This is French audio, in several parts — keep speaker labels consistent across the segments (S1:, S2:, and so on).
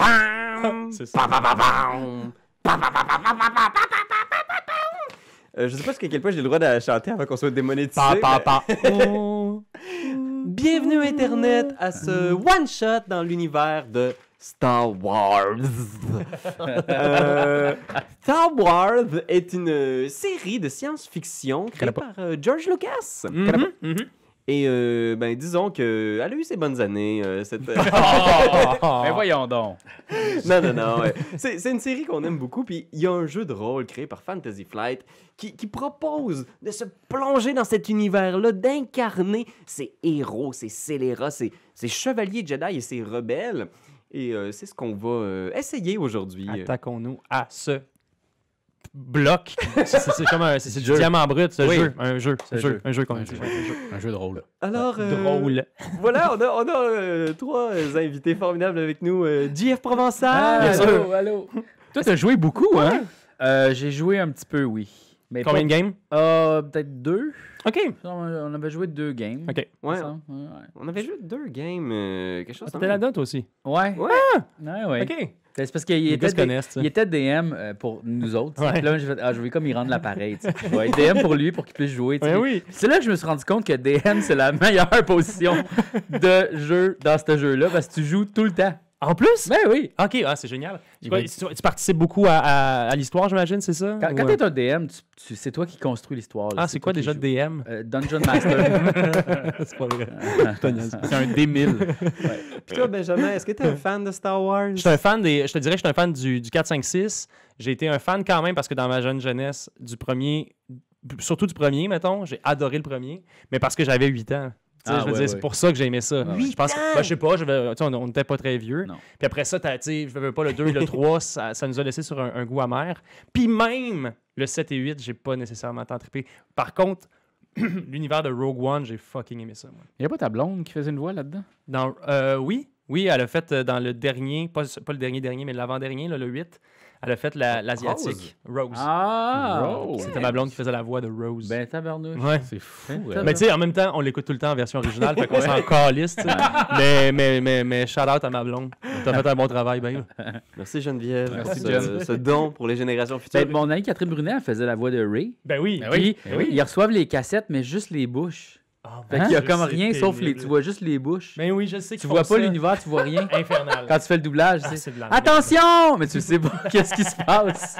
S1: Ah,
S2: C'est ça.
S1: Euh, je sais pas jusqu'à quel point j'ai le droit de la chanter avant qu'on soit démonétisé.
S2: Pa,
S1: mais-
S2: pa, pa.
S1: Bienvenue Internet à ce one-shot dans l'univers de Star Wars. Euh, Star Wars est une série de science-fiction créée
S2: Calapa.
S1: par euh, George Lucas. Mm-hmm,
S2: Mhm, mhm.
S1: Et euh, ben disons que elle a eu ses bonnes années euh, cette
S2: Mais
S3: Mais
S2: Ben, voyons.
S3: voyons donc.
S1: non, non, non. ouais. C'est c'est une série qu'on aime beaucoup. Puis il y a un jeu de rôle créé par Fantasy Flight qui, qui propose de se plonger dans cet univers-là, d'incarner ces héros, ces scélérats, ces, ces chevaliers Jedi et ces rebelles. Et euh, c'est ce qu'on va euh, essayer aujourd'hui.
S2: Attaquons-nous à ce bloc. C'est- C'est c'est comme un c'est- c'est du
S3: Jeu.
S2: diamant brut, ce
S3: Oui.
S2: jeu. Un jeu.
S3: C'est
S2: Un
S3: un
S2: jeu,
S3: jeu.
S2: un jeu qu'on
S3: Un
S2: dit.
S3: jeu, un jeu, un jeu de rôle.
S1: Alors, euh,
S2: Drôle.
S1: voilà, on a, on a euh, trois euh, invités formidables avec nous. euh, JF Provençal.
S2: Ah, Bien sûr.
S3: Ah, allô.
S2: Toi, t'as joué beaucoup, hein?
S3: Euh, J'ai joué un petit peu, oui. Mais
S2: Combien de
S3: pas-
S2: games?
S3: Euh, Peut-être deux.
S2: OK.
S3: On- On avait joué deux games.
S2: OK.
S3: il me
S1: Ouais,
S3: semble. Ouais,
S1: on avait joué deux games, euh, quelque chose.
S2: C'était Ah, là-dedans, toi aussi.
S3: Ouais. Ah,
S1: Ouais.
S3: Ouais, ouais. Ben,
S2: OK.
S3: C'est parce qu'il
S2: Les gars
S3: était,
S2: se
S3: des-
S2: connaissent, tu sais.
S3: il était DM euh, pour nous autres.
S2: Ouais.
S3: Puis Là, j'ai fait, ah, je vais comme y rendre l'appareil. tu sais. Je vais être DM pour lui, pour qu'il puisse jouer. tu sais.
S2: Ben oui.
S3: C'est là que je me suis rendu compte que DM, c'est la meilleure position de jeu dans ce jeu-là, parce que tu joues tout le temps.
S2: En plus?
S3: Ben oui.
S2: OK, ah, c'est génial.
S3: Il
S2: Quoi,
S3: va-
S2: tu, tu participes beaucoup à, à- à l'histoire, j'imagine, c'est ça?
S3: Quand,
S2: Ou,
S3: quand
S2: euh,
S3: t'es un DM, tu- tu- c'est toi qui construis l'histoire. là.
S2: Ah, c'est quoi
S3: toi qui
S2: déjà
S3: joues.
S2: DM?
S3: Euh, Dungeon Master.
S2: c'est pas vrai.
S3: c'est un D1000.
S1: Puis toi, Benjamin, est-ce que t'es un fan de Star Wars?
S2: Je suis un fan des. Je te dirais, que je suis un fan du, du 4-5-6. J'ai été un fan quand même parce que dans ma jeune jeunesse, du premier. Surtout du premier, mettons. J'ai adoré le premier. Mais parce que j'avais 8 ans. Tu sais,
S3: Ah,
S2: je veux
S3: ouais,
S2: dire,
S3: ouais.
S2: c'est pour ça que j'ai aimé ça.
S3: Ah, ouais.
S2: Je pense que- ben, je sais pas, je vais- tu sais, on- on n'était pas très vieux.
S3: Non.
S2: Puis après ça, t'as- tu sais, je veux pas le 2 et le 3, ça, ça nous a laissé sur un, un goût amer. Puis même le 7 et 8, j'ai pas nécessairement tant trippé. Par contre, l'univers de Rogue One, j'ai fucking aimé ça. moi.
S3: Il y a pas ta blonde qui faisait une voix là-dedans?
S2: Dans, euh, oui, oui, elle a fait euh, dans le dernier, pas, pas le dernier dernier, mais l'avant-dernier, là, le 8, elle a fait la- l'asiatique, Rose.
S3: Ah!
S2: C'était ma blonde qui faisait la voix de Rose.
S3: Ben tabarnouche.
S2: Ouais.
S3: C'est fou.
S2: mais tu sais, en même temps, on l'écoute tout le temps en version originale, fait qu'on s'en calisse, tu sais. mais, mais, mais, mais shout out à ma blonde. T'as fait un bon travail, ben.
S1: Merci Geneviève
S3: Merci,
S1: pour ce,
S3: Jen.
S1: ce don pour les générations futures.
S3: Ben, mon amie Catherine Brunet, elle faisait la voix de Ray.
S2: Ben oui. Ah,
S3: Puis,
S2: Ben oui. Hein?
S3: ils reçoivent les cassettes, mais juste les bouches. Fait qu'il y a comme rien, sauf les, tu vois juste les bouches.
S2: Ben oui, je sais
S3: tu vois pas l'univers, tu vois rien.
S2: Infernal.
S3: Quand tu fais le doublage,
S2: Ah,
S3: tu sais,
S2: c'est de la merde.
S3: Attention! Mais tu sais pas qu'est-ce qui se passe.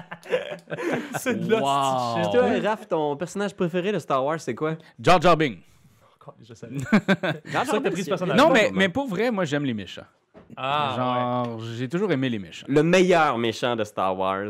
S2: C'est de
S3: Wow.
S2: l'hostie de
S1: Toi,
S2: shit.
S1: Raph, ton personnage préféré de Star Wars, c'est quoi?
S3: Jar Jar Bing.
S2: Je savais. Ça, t'as pris ce personnage.
S3: Non, mais, mais pour vrai, moi, j'aime les méchants.
S2: Ah, ouais.
S3: Genre, j'ai toujours aimé les méchants.
S1: Le meilleur méchant de Star Wars.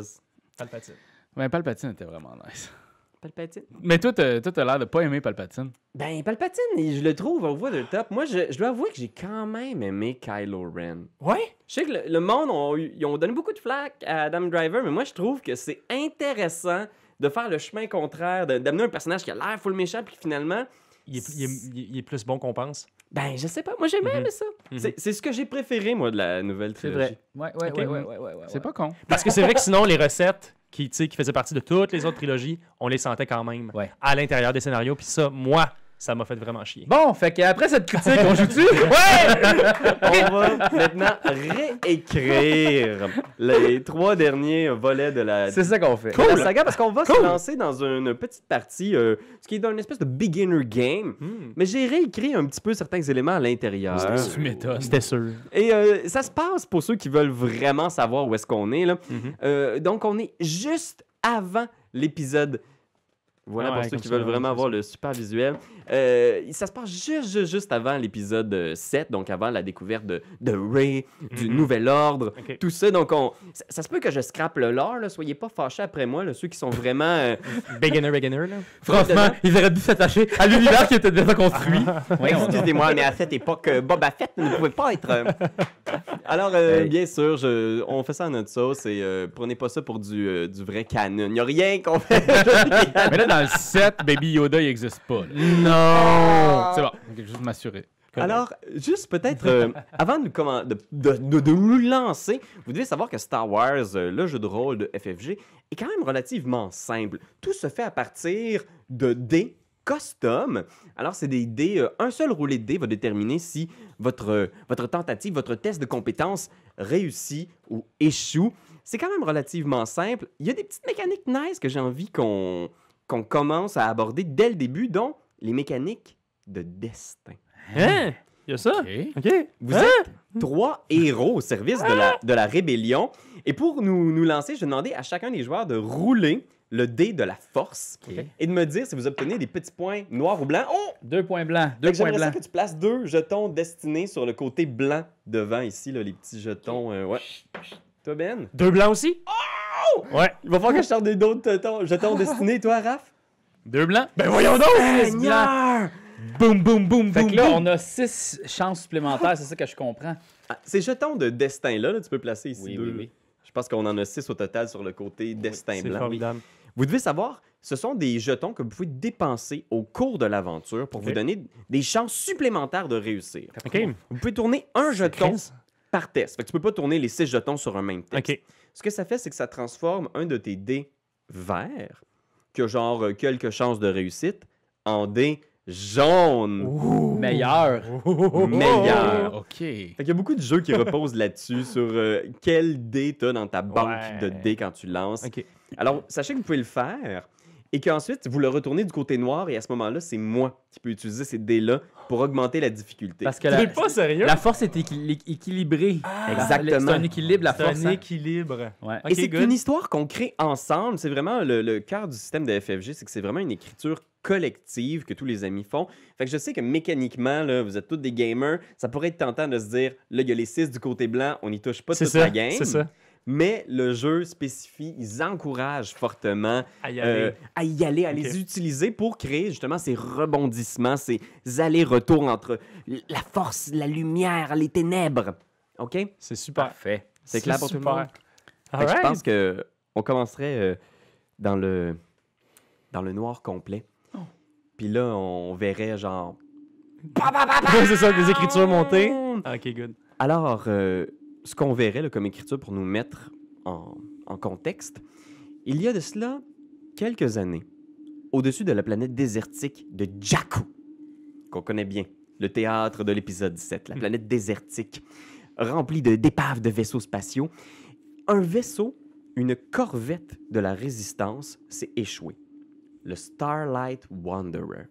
S2: Palpatine.
S3: Mais Ben, Palpatine était vraiment nice.
S1: Palpatine?
S3: Mais toi, t'as toi, t'as l'air de pas aimer Palpatine.
S1: Ben, Palpatine, il- je le trouve, on voit de top. Moi, je, je dois avouer que j'ai quand même aimé Kylo Ren.
S2: Ouais?
S1: Je sais que le, le monde, ont eu- ils ont donné beaucoup de flack à Adam Driver, mais moi, je trouve que c'est intéressant de faire le chemin contraire, de- d'amener un personnage qui a l'air full méchant, puis que finalement,
S2: Il est, il est- il est- il est plus bon qu'on pense.
S1: ben, je sais pas, moi, j'aimais
S2: Mhm.
S1: aimé ça. C'est- C'est ce que j'ai préféré, moi, de la nouvelle
S3: C'est
S1: trilogie.
S3: vrai. Ouais, ouais,
S2: Ok.
S3: ouais, ouais, ouais, ouais, ouais. C'est pas con.
S2: Parce que c'est vrai que sinon, les recettes qui, tu sais, qui faisaient partie de toutes les autres trilogies, on les sentait quand même
S3: Ouais.
S2: à l'intérieur des scénarios. Puis ça, moi, ça m'a fait vraiment chier.
S3: Bon, fait qu'après cette critique, on joue-tu? ouais!
S1: On va maintenant réécrire les trois derniers volets de la, de
S3: C'est ça qu'on fait.
S1: la saga parce qu'on va se
S2: Cool.
S1: lancer dans une petite partie, euh, ce qui est dans une espèce de beginner game.
S2: Hmm.
S1: Mais j'ai réécrit un petit peu certains éléments à l'intérieur.
S3: Tu m'étonnes.
S2: C'était sûr.
S1: Et euh, ça se passe pour ceux qui veulent vraiment savoir où est-ce qu'on est. Là.
S2: Mhm.
S1: Euh, donc, on est juste avant l'épisode. Voilà
S2: Ah Ouais,
S1: pour ceux
S2: comme
S1: qui
S2: ça,
S1: veulent
S2: ouais,
S1: vraiment
S2: c'est
S1: avoir le super visuel. Euh, ça se passe juste, juste, juste avant l'épisode euh, 7, donc avant la découverte de, de Ray, du
S2: Mhm.
S1: Nouvel Ordre,
S2: Ok.
S1: tout ça. Donc, on, ça, ça se peut que je scrape le lore, là, soyez pas fâchés après moi, là, ceux qui sont vraiment. euh,
S2: Beginner, beginner, là.
S3: Franchement, ils auraient dû s'attacher à l'univers qui était déjà construit.
S1: Excusez-moi, mais à cette époque, euh, Boba Fett ne pouvait pas être. euh. Alors, euh,
S3: Hey.
S1: bien sûr, je- on fait ça à notre sauce et euh, prenez pas ça pour du, euh, du vrai canon. Il n'y a rien qu'on fait.
S3: Mais là, dans le set, Baby Yoda, il existe pas. là.
S2: Non!
S4: Oh,
S3: C'est bon. Je vais juste m'assurer. Correct.
S1: Alors, juste peut-être, euh, avant de, nous commen- de, de- de- de nous lancer, vous devez savoir que Star Wars, euh, le jeu de rôle de FFG, est quand même relativement simple. Tout se fait à partir de dés custom. Alors, c'est des dés. euh, un seul roulé de dés va déterminer si votre, euh, votre tentative, votre test de compétence réussit ou échoue. C'est quand même relativement simple. Il y a des petites mécaniques nice que j'ai envie qu'on qu'on commence à aborder dès le début, dont les mécaniques de destin.
S2: Hein? Il y a ça?
S3: Ok.
S2: OK.
S1: Vous
S2: Hein?
S1: êtes trois héros au service de la, de la rébellion. Et pour nous, nous lancer, je vais demander à chacun des joueurs de rouler le dé de la force
S3: Ok.
S1: et de me dire si vous obtenez des petits points noirs ou blancs. Oh!
S3: Deux points blancs.
S1: Fait
S3: Deux
S1: que
S3: points
S1: J'aimerais ça
S3: blancs.
S1: que tu places deux jetons destinés sur le côté blanc devant ici, là, les petits jetons. euh, ouais. Toi, Ben?
S2: Deux blancs aussi? Ouais.
S1: Il va falloir que je sorte des- d'autres jetons, jetons destinés, toi, Raph?
S3: Deux blancs.
S2: Ben voyons donc!
S1: Seigneur!
S3: Boum, boum, boum, Fait que
S2: boum,
S3: là,
S2: boum.
S3: on a six chances supplémentaires, c'est ça que je comprends.
S1: Ah, ces jetons de destin-là, là, tu peux placer ici deux. là. Je pense qu'on en a six au total sur le côté destin
S2: C'est
S1: blanc.
S2: formidable.
S1: Vous devez savoir, ce sont des jetons que vous pouvez dépenser au cours de l'aventure pour vous
S2: Ok.
S1: donner des chances supplémentaires de réussir.
S2: OK.
S1: Vous pouvez tourner un jeton
S2: Chris.
S1: par test. Fait que tu peux pas tourner les six jetons sur un même test.
S2: OK.
S1: Ce que ça fait, c'est que ça transforme un de tes dés verts, qui a genre euh, quelques chances de réussite, en dés jaunes.
S3: Meilleur. Ah,
S1: Meilleur.
S4: OK.
S1: Fait qu'il y a beaucoup de jeux qui reposent là-dessus, sur euh, quel dé t'as dans ta banque
S2: Ouais.
S1: de dés quand tu lances.
S2: OK.
S1: Alors, sachez que vous pouvez le faire et qu'ensuite, vous le retournez du côté noir et à ce moment-là, c'est moi qui peux utiliser ces dés-là pour augmenter la difficulté.
S3: Parce que
S2: T'es
S3: la,
S2: pas sérieux?
S3: la force est équi- équilibrée.
S1: Exactement.
S3: Ah. C'est un équilibre, la
S2: C'est
S3: force.
S2: un
S3: hein.
S2: équilibre.
S3: Ouais.
S2: Ok,
S1: et c'est
S2: good.
S1: une histoire qu'on crée ensemble. C'est vraiment le, le cœur du système de FFG, c'est que c'est vraiment une écriture collective que tous les amis font. Fait que je sais que mécaniquement, là, vous êtes tous des gamers, ça pourrait être tentant de se dire, là, il y a les 6 du côté blanc, on n'y touche pas
S2: C'est
S1: toute
S2: ça.
S1: la game.
S2: C'est ça.
S1: Mais le jeu spécifie, ils encouragent fortement
S2: À y
S1: euh,
S2: aller.
S1: à y aller, à
S2: Ok.
S1: les utiliser pour créer justement ces rebondissements, ces allers-retours entre l- la force, la lumière, les ténèbres. OK? Fait que
S2: C'est super.
S3: Parfait.
S1: C'est clair pour tout le
S2: super.
S1: monde?
S2: All
S1: Je
S2: right.
S1: pense que on commencerait euh, dans le dans le noir complet. Puis là, on verrait genre... Pa, pa, pa, pa!
S2: C'est ça, des écritures montées. OK, good.
S1: Alors, euh, ce qu'on verrait là, comme écriture pour nous mettre en, en contexte, il y a de cela quelques années, au-dessus de la planète désertique de Jakku, qu'on connaît bien, le théâtre de l'épisode 17, la
S2: Hmm.
S1: planète désertique, remplie de- d'épaves de vaisseaux spatiaux, un vaisseau, une corvette de la résistance s'est échoué. Le Starlight Wanderer.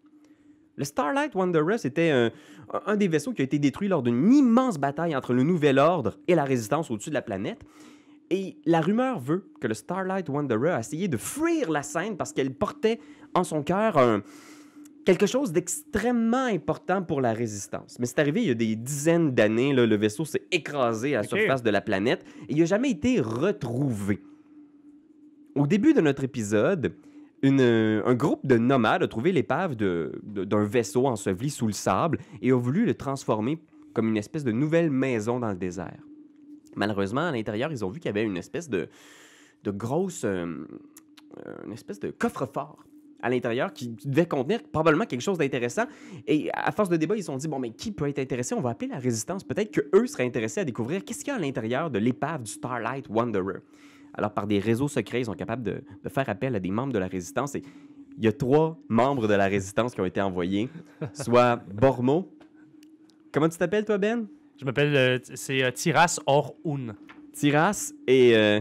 S1: Le Starlight Wanderer, c'était un, un- un des vaisseaux qui a été détruit lors d'une immense bataille entre le Nouvel Ordre et la Résistance au-dessus de la planète. Et la rumeur veut que le Starlight Wanderer a essayé de fuir la scène parce qu'elle portait en son cœur un- quelque chose d'extrêmement important pour la Résistance. Mais c'est arrivé il y a des dizaines d'années, là, le vaisseau s'est écrasé à la
S2: Ok.
S1: surface de la planète et il n'a jamais été retrouvé. Au début de notre épisode, une- un groupe de nomades a trouvé l'épave de- de- d'un vaisseau enseveli sous le sable et a voulu le transformer comme une espèce de nouvelle maison dans le désert. Malheureusement, à l'intérieur, ils ont vu qu'il y avait une espèce de, de grosse. euh, euh, une espèce de coffre-fort à l'intérieur qui devait contenir probablement quelque chose d'intéressant. Et à force de débat, ils se sont dit bon, mais qui peut être intéressé On va appeler la résistance. Peut-être que eux seraient intéressés à découvrir qu'est-ce qu'il y a à l'intérieur de l'épave du Starlight Wanderer. Alors, par des réseaux secrets, ils sont capables de, de faire appel à des membres de la résistance. Et il y a trois membres de la résistance qui ont été envoyés soit Bormo. Comment tu t'appelles, toi, Ben
S2: Je m'appelle. euh, t- c'est euh, Tiras Orhun.
S1: Tiras et euh,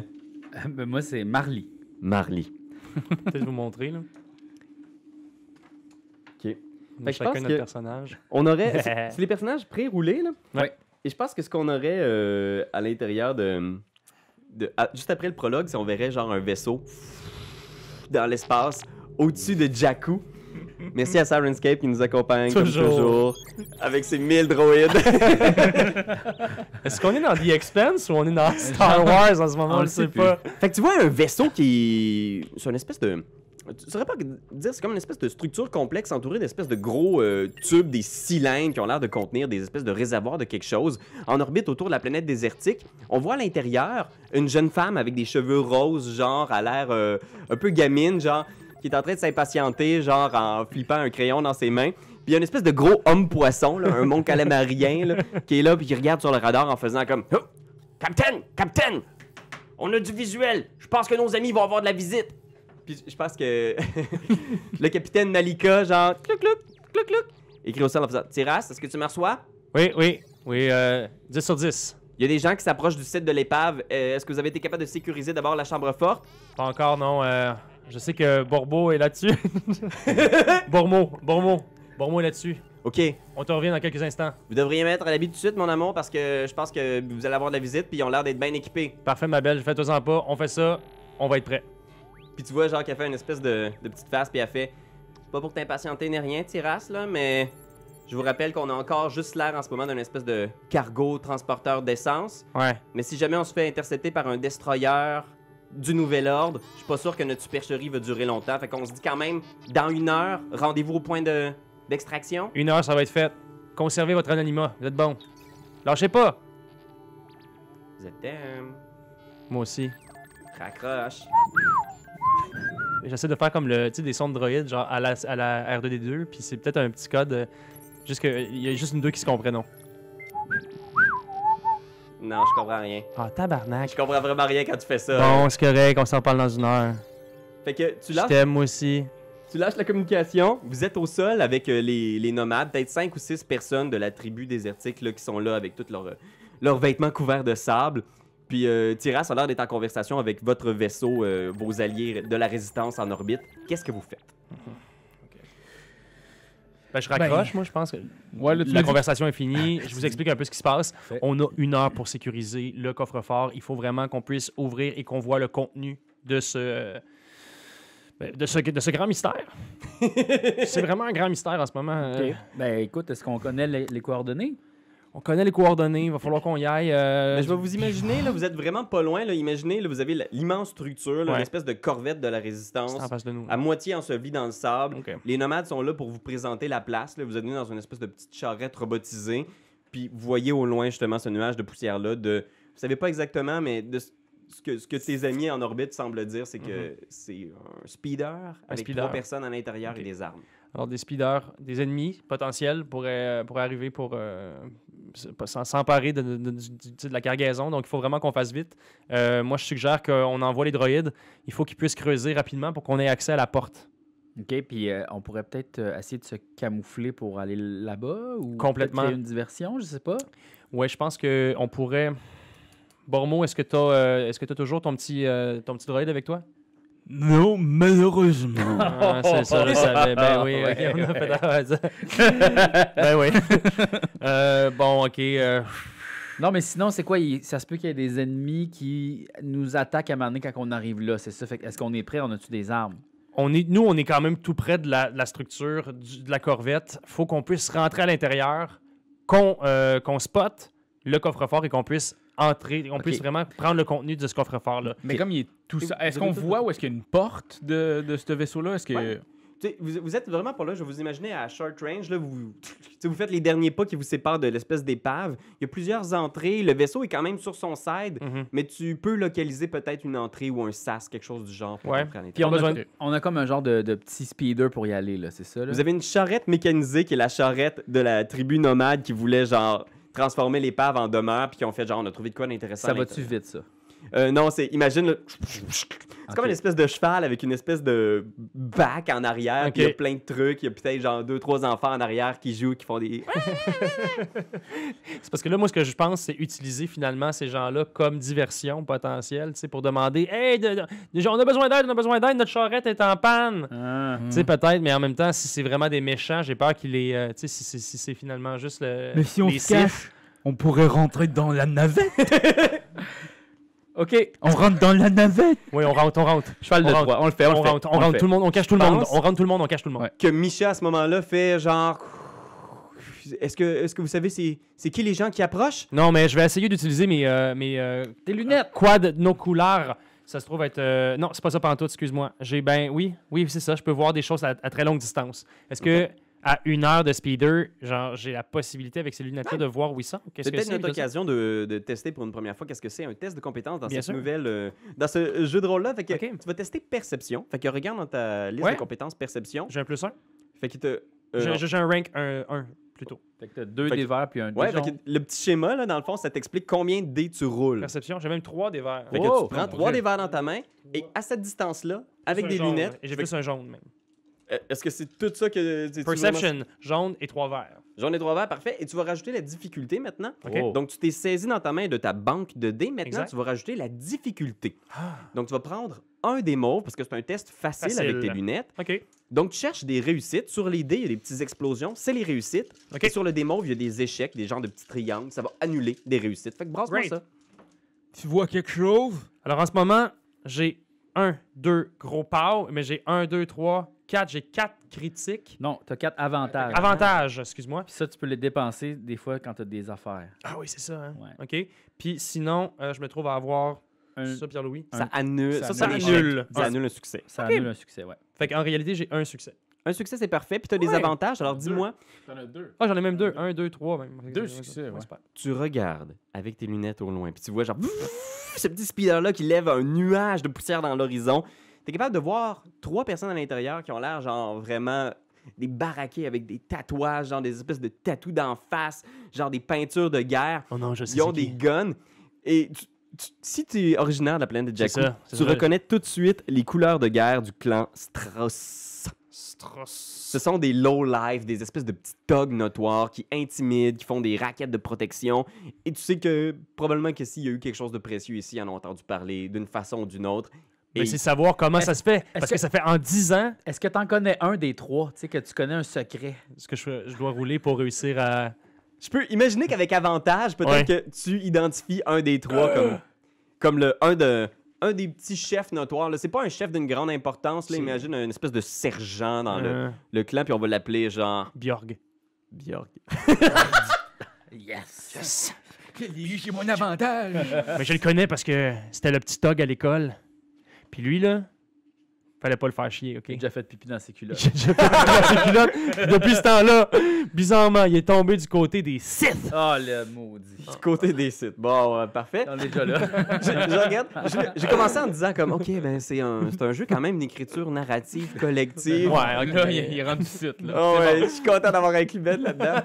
S3: Ben, Moi, c'est Marley.
S1: Marley.
S2: Peut-être vous montrer, là.
S1: OK.
S2: On
S1: Fait
S2: a
S1: que je pense
S2: chacun notre
S1: que-
S2: personnage.
S1: On aurait. c'est- c'est les personnages pré-roulés, là.
S3: Ouais.
S1: Et je pense que ce qu'on aurait euh, à l'intérieur de. de- à- juste après le prologue, c'est on verrait genre un vaisseau dans l'espace au-dessus de Jakku. Merci à Sirenscape qui nous accompagne comme toujours
S2: Toujours.
S1: avec ses 1000 droïdes.
S2: Est-ce qu'on est dans The Expense ou on est dans Star Wars en ce moment?
S3: On
S2: On
S3: le
S2: le
S3: sait
S2: sait pas.
S1: Fait que tu vois un vaisseau qui. C'est une espèce de. Tu saurais pas dire, c'est comme une espèce de structure complexe entourée d'espèces de gros euh, tubes, des cylindres qui ont l'air de contenir des espèces de réservoirs de quelque chose en orbite autour de la planète désertique. On voit à l'intérieur une jeune femme avec des cheveux roses, genre à l'air euh, un peu gamine, genre qui est en train de s'impatienter, genre en flippant un crayon dans ses mains. Puis il y a une espèce de gros homme poisson, là, un mont calamarien, là, qui est là puis qui regarde sur le radar en faisant comme Oh! Captain, Captain, on a du visuel. Je pense que nos amis vont avoir de la visite. Puis je pense que le capitaine Malika, genre, clouc, clouc, clouc, clouc, écrit au sol en faisant Tiras, est-ce que tu me reçois
S2: Oui, oui, oui, euh, 10 sur 10.
S1: Il y a des gens qui s'approchent du site de l'épave. Euh, Est-ce que vous avez été capable de sécuriser d'abord la chambre forte
S2: Pas encore, non. euh, je sais que Borbo est là-dessus. Bormo, Bormo, Bormo est là-dessus.
S1: Ok,
S2: On te revient dans quelques instants.
S1: vous devriez mettre à l'habit tout de suite, mon amour, parce que je pense que vous allez avoir de la visite, puis ils ont l'air d'être bien équipés.
S2: Parfait, ma belle, fais-toi-en pas. On fait ça, on va être prêt.
S1: Puis tu vois, genre, qu'elle fait une espèce de, de petite face, puis elle fait C'est pas pour t'impatienter ni rien, Tiras, là, mais je vous rappelle qu'on a encore juste l'air en ce moment d'un espèce de cargo transporteur d'essence.
S2: Ouais.
S1: Mais si jamais on se fait intercepter par un destroyer du nouvel ordre, je suis pas sûr que notre supercherie va durer longtemps. Fait qu'on se dit quand même, dans une heure, rendez-vous au point de d'extraction.
S2: Une heure, ça va être fait. Conservez votre anonymat, vous êtes bon. Lâchez pas.
S1: Je t'aime.
S2: Moi aussi.
S1: Raccroche.
S2: J'essaie de faire comme le, tu sais, des sons de droïdes, genre à la, à la R2D2, puis c'est peut-être un petit code. euh, juste que, il y a juste une deux qui se comprennent.
S1: Non, je comprends rien.
S2: Ah, tabarnak.
S1: Je comprends vraiment rien quand tu fais ça.
S2: Bon, c'est correct, on s'en parle dans une heure.
S1: Fait que tu
S2: Je
S1: lâches,
S2: t'aime, moi aussi.
S1: tu lâches la communication, vous êtes au sol avec euh, les, les nomades, peut-être 5 ou 6 personnes de la tribu désertique là, qui sont là avec tous leurs euh, leurs vêtements couverts de sable. Puis euh, Tiras a l'air d'être en conversation avec votre vaisseau, euh, vos alliés de la résistance en orbite. Qu'est-ce que vous faites?
S2: Ben, je raccroche, moi, je pense que
S3: Ouais, là, tu
S2: la
S3: m'as dit-
S2: conversation est finie. Je vous explique un peu ce qui se passe.
S3: Fait.
S2: On a une heure pour sécuriser le coffre-fort. Il faut vraiment qu'on puisse ouvrir et qu'on voit le contenu de ce, ben, de ce, de ce grand mystère. c'est vraiment un grand mystère en ce moment.
S3: Ok.
S2: Euh,
S3: Ben écoute, est-ce qu'on connaît les, les coordonnées?
S2: on connaît les coordonnées. Il va falloir qu'on y aille. euh,
S1: Mais je vais vous imaginer, là, vous êtes vraiment pas loin. Là, imaginez, là, vous avez la- l'immense structure, là,
S2: Ouais.
S1: une espèce de corvette de la résistance,
S2: c'est en face de nous.
S1: à moitié ensevelie dans le sable.
S2: Mm. Ok.
S1: Les nomades sont là pour vous présenter la place. là. Vous êtes venus dans une espèce de petite charrette robotisée. Puis vous voyez au loin, justement, ce nuage de poussière-là. De... Vous savez pas exactement, mais de ce ce que, ce que tes amis en orbite semblent dire, c'est que c'est un speeder avec
S2: Mm-hmm. speeder.
S1: trois personnes à l'intérieur
S2: Ok.
S1: et des armes.
S2: Alors, des speeders, des ennemis potentiels pourraient, pourraient arriver pour euh, s- pas- s'en- s'emparer de, de- de- du- du- tu sais, de la cargaison. Donc, il faut vraiment qu'on fasse vite. Euh, moi, je suggère qu'on envoie les droïdes. Il faut qu'ils puissent creuser rapidement pour qu'on ait accès à la porte.
S3: OK, puis euh, on pourrait peut-être euh, essayer de se camoufler pour aller là-bas ou
S2: Complètement.
S3: peut-être qu'il y a une diversion, je sais pas.
S2: Ouais, je pense qu'on pourrait. Bormo, est-ce que tu as, toujours ton petit, euh, ton petit droïde avec toi?
S4: Non, malheureusement.
S2: Ah, c'est ça, je le savais. Ben oui, ok,
S3: Ouais,
S2: on a
S3: ouais.
S2: fait la Ben oui. Euh, bon, ok. euh,
S3: Non, mais sinon, c'est quoi? il- ça se peut qu'il y ait des ennemis qui nous attaquent à un moment donné quand on arrive là, c'est ça. Fait que est-ce qu'on est prêt? On a-tu des armes?
S2: on est, nous, on est quand même tout près de la, de la structure du- de la corvette. faut qu'on puisse rentrer à l'intérieur, qu'on euh, qu'on spot le coffre-fort et qu'on puisse entrer, on
S3: Ok.
S2: puisse vraiment prendre le contenu de ce coffre-fort-là.
S4: Mais comme il est tout ça, est-ce
S1: Vous
S4: qu'on
S1: avez tout-
S4: voit où est-ce qu'il y a une porte de, de ce vaisseau-là? Est-ce que...
S1: Ouais. Tu sais, vous, vous êtes vraiment pas là, je vais vous imaginer à short range, là, vous, tu sais, vous faites les derniers pas qui vous séparent de l'espèce d'épave. Il y a plusieurs entrées, le vaisseau est quand même sur son side,
S2: Mhm.
S1: mais tu peux localiser peut-être une entrée ou un sas, quelque chose du genre. pour
S2: Ouais.
S1: entrer à l'intérieur.
S3: Puis on,
S2: Pas besoin
S3: a,
S2: de-
S3: on a comme un genre de, de petit speeder pour y aller, là, c'est ça? Là?
S1: Vous avez une charrette mécanisée qui est la charrette de la tribu nomade qui voulait genre transformer l'épave en demeure, puis qui ont fait genre on a trouvé de quoi d'intéressant.
S3: Ça
S1: à
S3: va-tu
S1: l'intérieur.
S3: vite, ça?
S1: Euh, non, c'est imagine. le- C'est comme
S3: Ok.
S1: une espèce de cheval avec une espèce de bac en arrière.
S2: Ok.
S1: Puis il y a plein de trucs. Il y a peut-être genre deux, trois enfants en arrière qui jouent, qui font des.
S2: C'est parce que là, moi, ce que je pense, c'est utiliser finalement ces gens-là comme diversion potentielle, tu sais, pour demander Hey, de- de- genre, on a besoin d'aide, on a besoin d'aide, notre charrette est en panne.
S3: Ah.
S2: Tu sais, peut-être, mais en même temps, si c'est vraiment des méchants, j'ai peur qu'ils les. euh, tu sais, si, c'est- si c'est finalement juste le.
S4: Mais si on
S2: les
S4: se
S2: Sith.
S4: cache, on pourrait rentrer dans la navette.
S3: OK,
S4: On rentre dans la navette.
S2: Oui, on rentre, on rentre.
S3: cheval de
S2: On rentre.
S3: Troie, on le fait, on,
S2: On
S3: le fait.
S2: rentre,
S3: on
S2: on
S3: le
S2: rentre
S3: fait.
S2: tout le monde, on cache tout le monde.
S3: Pense-
S2: On rentre tout le monde, on cache tout le monde.
S3: Ouais.
S1: que Micha à ce moment-là fait genre. Est-ce que, est-ce que vous savez c'est, c'est qui les gens qui approchent
S2: Non, mais je vais essayer d'utiliser mes, euh, mes euh,
S3: Tes lunettes!
S2: quad noculars. Ça se trouve être. euh, Non, c'est pas ça pantoute, excuse-moi. J'ai ben oui, oui, c'est ça. Je peux voir des choses à, à très longue distance. Est-ce que à une heure de speeder, genre j'ai la possibilité avec ces lunettes-là de voir où ils sont? Qu'est-ce
S1: C'est
S2: que
S1: peut-être
S2: c'est?
S1: notre
S2: puis tout ça?
S1: occasion de, de tester pour une première fois qu'est-ce que c'est un test de compétences dans
S2: Bien
S1: cette
S2: sûr.
S1: nouvelle, euh, dans ce jeu de rôle-là. Fait que
S2: Ok.
S1: tu vas tester perception. Fait que regarde dans ta liste
S2: Ouais.
S1: de compétences perception.
S2: J'ai un plus un.
S1: Fait qu'il te. euh,
S2: J'ai j'ai- j'ai un rank 1. plutôt.
S3: Fait que t'as deux
S1: Fait que-
S3: des verts puis un
S1: Ouais,
S3: des
S1: fait que le petit schéma, là, dans le fond, ça t'explique combien de dés tu roules.
S2: Perception, j'ai même trois des verts.
S1: Fait que
S3: Wow!
S1: tu prends
S3: Oh,
S1: trois
S3: mon
S1: des
S3: Dieu.
S1: verres dans ta main et à cette distance-là, avec
S2: Plus
S1: des
S2: un jaune,
S1: lunettes.
S2: Et j'ai
S1: fait
S2: plus un jaune même.
S1: que- euh, Est-ce que c'est tout ça que. tu- tu vraiment-
S2: Perception, jaune et trois verts.
S1: J'en ai trois verres, parfait. Et tu vas rajouter la difficulté maintenant.
S2: Ok.
S3: Oh.
S1: Donc, tu t'es saisi dans ta main de ta banque de dés. Maintenant,
S2: Exact. Ah.
S1: tu vas rajouter la difficulté. Donc, tu vas prendre un des mauves parce que c'est un test facile, avec tes
S2: Facile.
S1: lunettes.
S2: OK.
S1: Donc, tu cherches des réussites. Sur les dés, il y a des petites explosions. C'est les réussites.
S2: OK.
S1: Et sur le dé mauve, il y a des échecs, des genres de petits triangles. Ça va annuler des réussites. Fait que brasse-moi
S2: Great.
S1: ça.
S4: Tu vois quelque chose?
S2: Alors en ce moment, j'ai un, deux gros pow, mais j'ai un, deux, trois, quatre. J'ai quatre critiques.
S3: Non, t'as quatre avantages.
S2: Avantage, excuse-moi.
S3: Puis ça, tu peux les dépenser des fois quand t'as des affaires.
S2: Ah oui, c'est ça. hein.
S3: Ouais.
S2: OK. Puis sinon, euh, je me trouve à avoir
S3: Un-
S2: ça, Pierre-Louis.
S3: Un-
S1: Ça annule.
S3: ça
S1: Ça, ça
S2: annule.
S1: annule.
S2: Un-
S1: Ça annule un succès.
S3: Ça
S2: Ok.
S3: annule un succès, ouais.
S2: Fait qu'en réalité, j'ai un succès.
S1: Un succès, c'est parfait. Puis tu as des
S2: Ouais.
S1: avantages. Alors,
S4: Deux.
S1: dis-moi,
S4: T'en as deux.
S2: Ah, j'en ai même deux. Un, deux, trois même.
S4: Deux succès, ouais.
S2: super.
S1: tu regardes avec tes lunettes au loin, puis tu vois genre pfff, ce petit speeder-là qui lève un nuage de poussière dans l'horizon. T'es capable de voir trois personnes à l'intérieur qui ont l'air genre vraiment des baraqués avec des tatouages, genre des espèces de tatous d'en face, genre des peintures de guerre.
S2: Oh non, je sais
S1: Ils ont des guns. Et tu- tu- si tu es originaire de la planète de
S2: C'est
S1: Jakku,
S2: ça, c'est
S1: tu
S2: ça.
S1: reconnais tout de suite les couleurs de guerre du clan Strauss. Ce sont des low life, des espèces de petits thugs notoires qui intimident, qui font des raquettes de protection. Et tu sais que probablement que s'il y a eu quelque chose de précieux ici, ils en ont entendu parler d'une façon ou d'une autre. Et
S2: Mais c'est savoir comment ça se fait. Parce
S3: que-
S2: que ça fait en dix ans
S3: Est-ce que t'en connais un des trois, tu sais, que tu connais un secret?
S2: ce que je, je dois rouler pour réussir à.
S1: je peux imaginer qu'avec avantage, peut-être que tu identifies un des trois comme, comme le un de un des petits chefs notoires. là. C'est pas un chef d'une grande importance. Là,
S2: C'est-
S1: imagine une espèce de sergent dans le,
S2: Euh,
S1: le clan, puis on va l'appeler genre
S2: Bjorg.
S1: Bjorg.
S3: Yes!
S4: J'ai mon avantage.
S2: Mais je le connais parce que c'était le petit tog à l'école. Puis lui, là, fallait pas le faire chier, OK?
S3: J'ai déjà fait pipi dans ses culottes.
S2: J'ai déjà fait dans ses culottes. Puis Depuis ce temps-là, bizarrement, il est tombé du côté des Sith.
S3: Ah, le maudit.
S1: Du côté des sites. Bon, euh, parfait.
S3: On est déjà là.
S1: Je- je regarde. je- J'ai commencé en disant comme, ok, ben c'est un, c'est un jeu quand même d'écriture narrative collective.
S4: là, il, il est rendu site, là.
S1: Oh ouais, je suis content d'avoir inclus Ben là-dedans.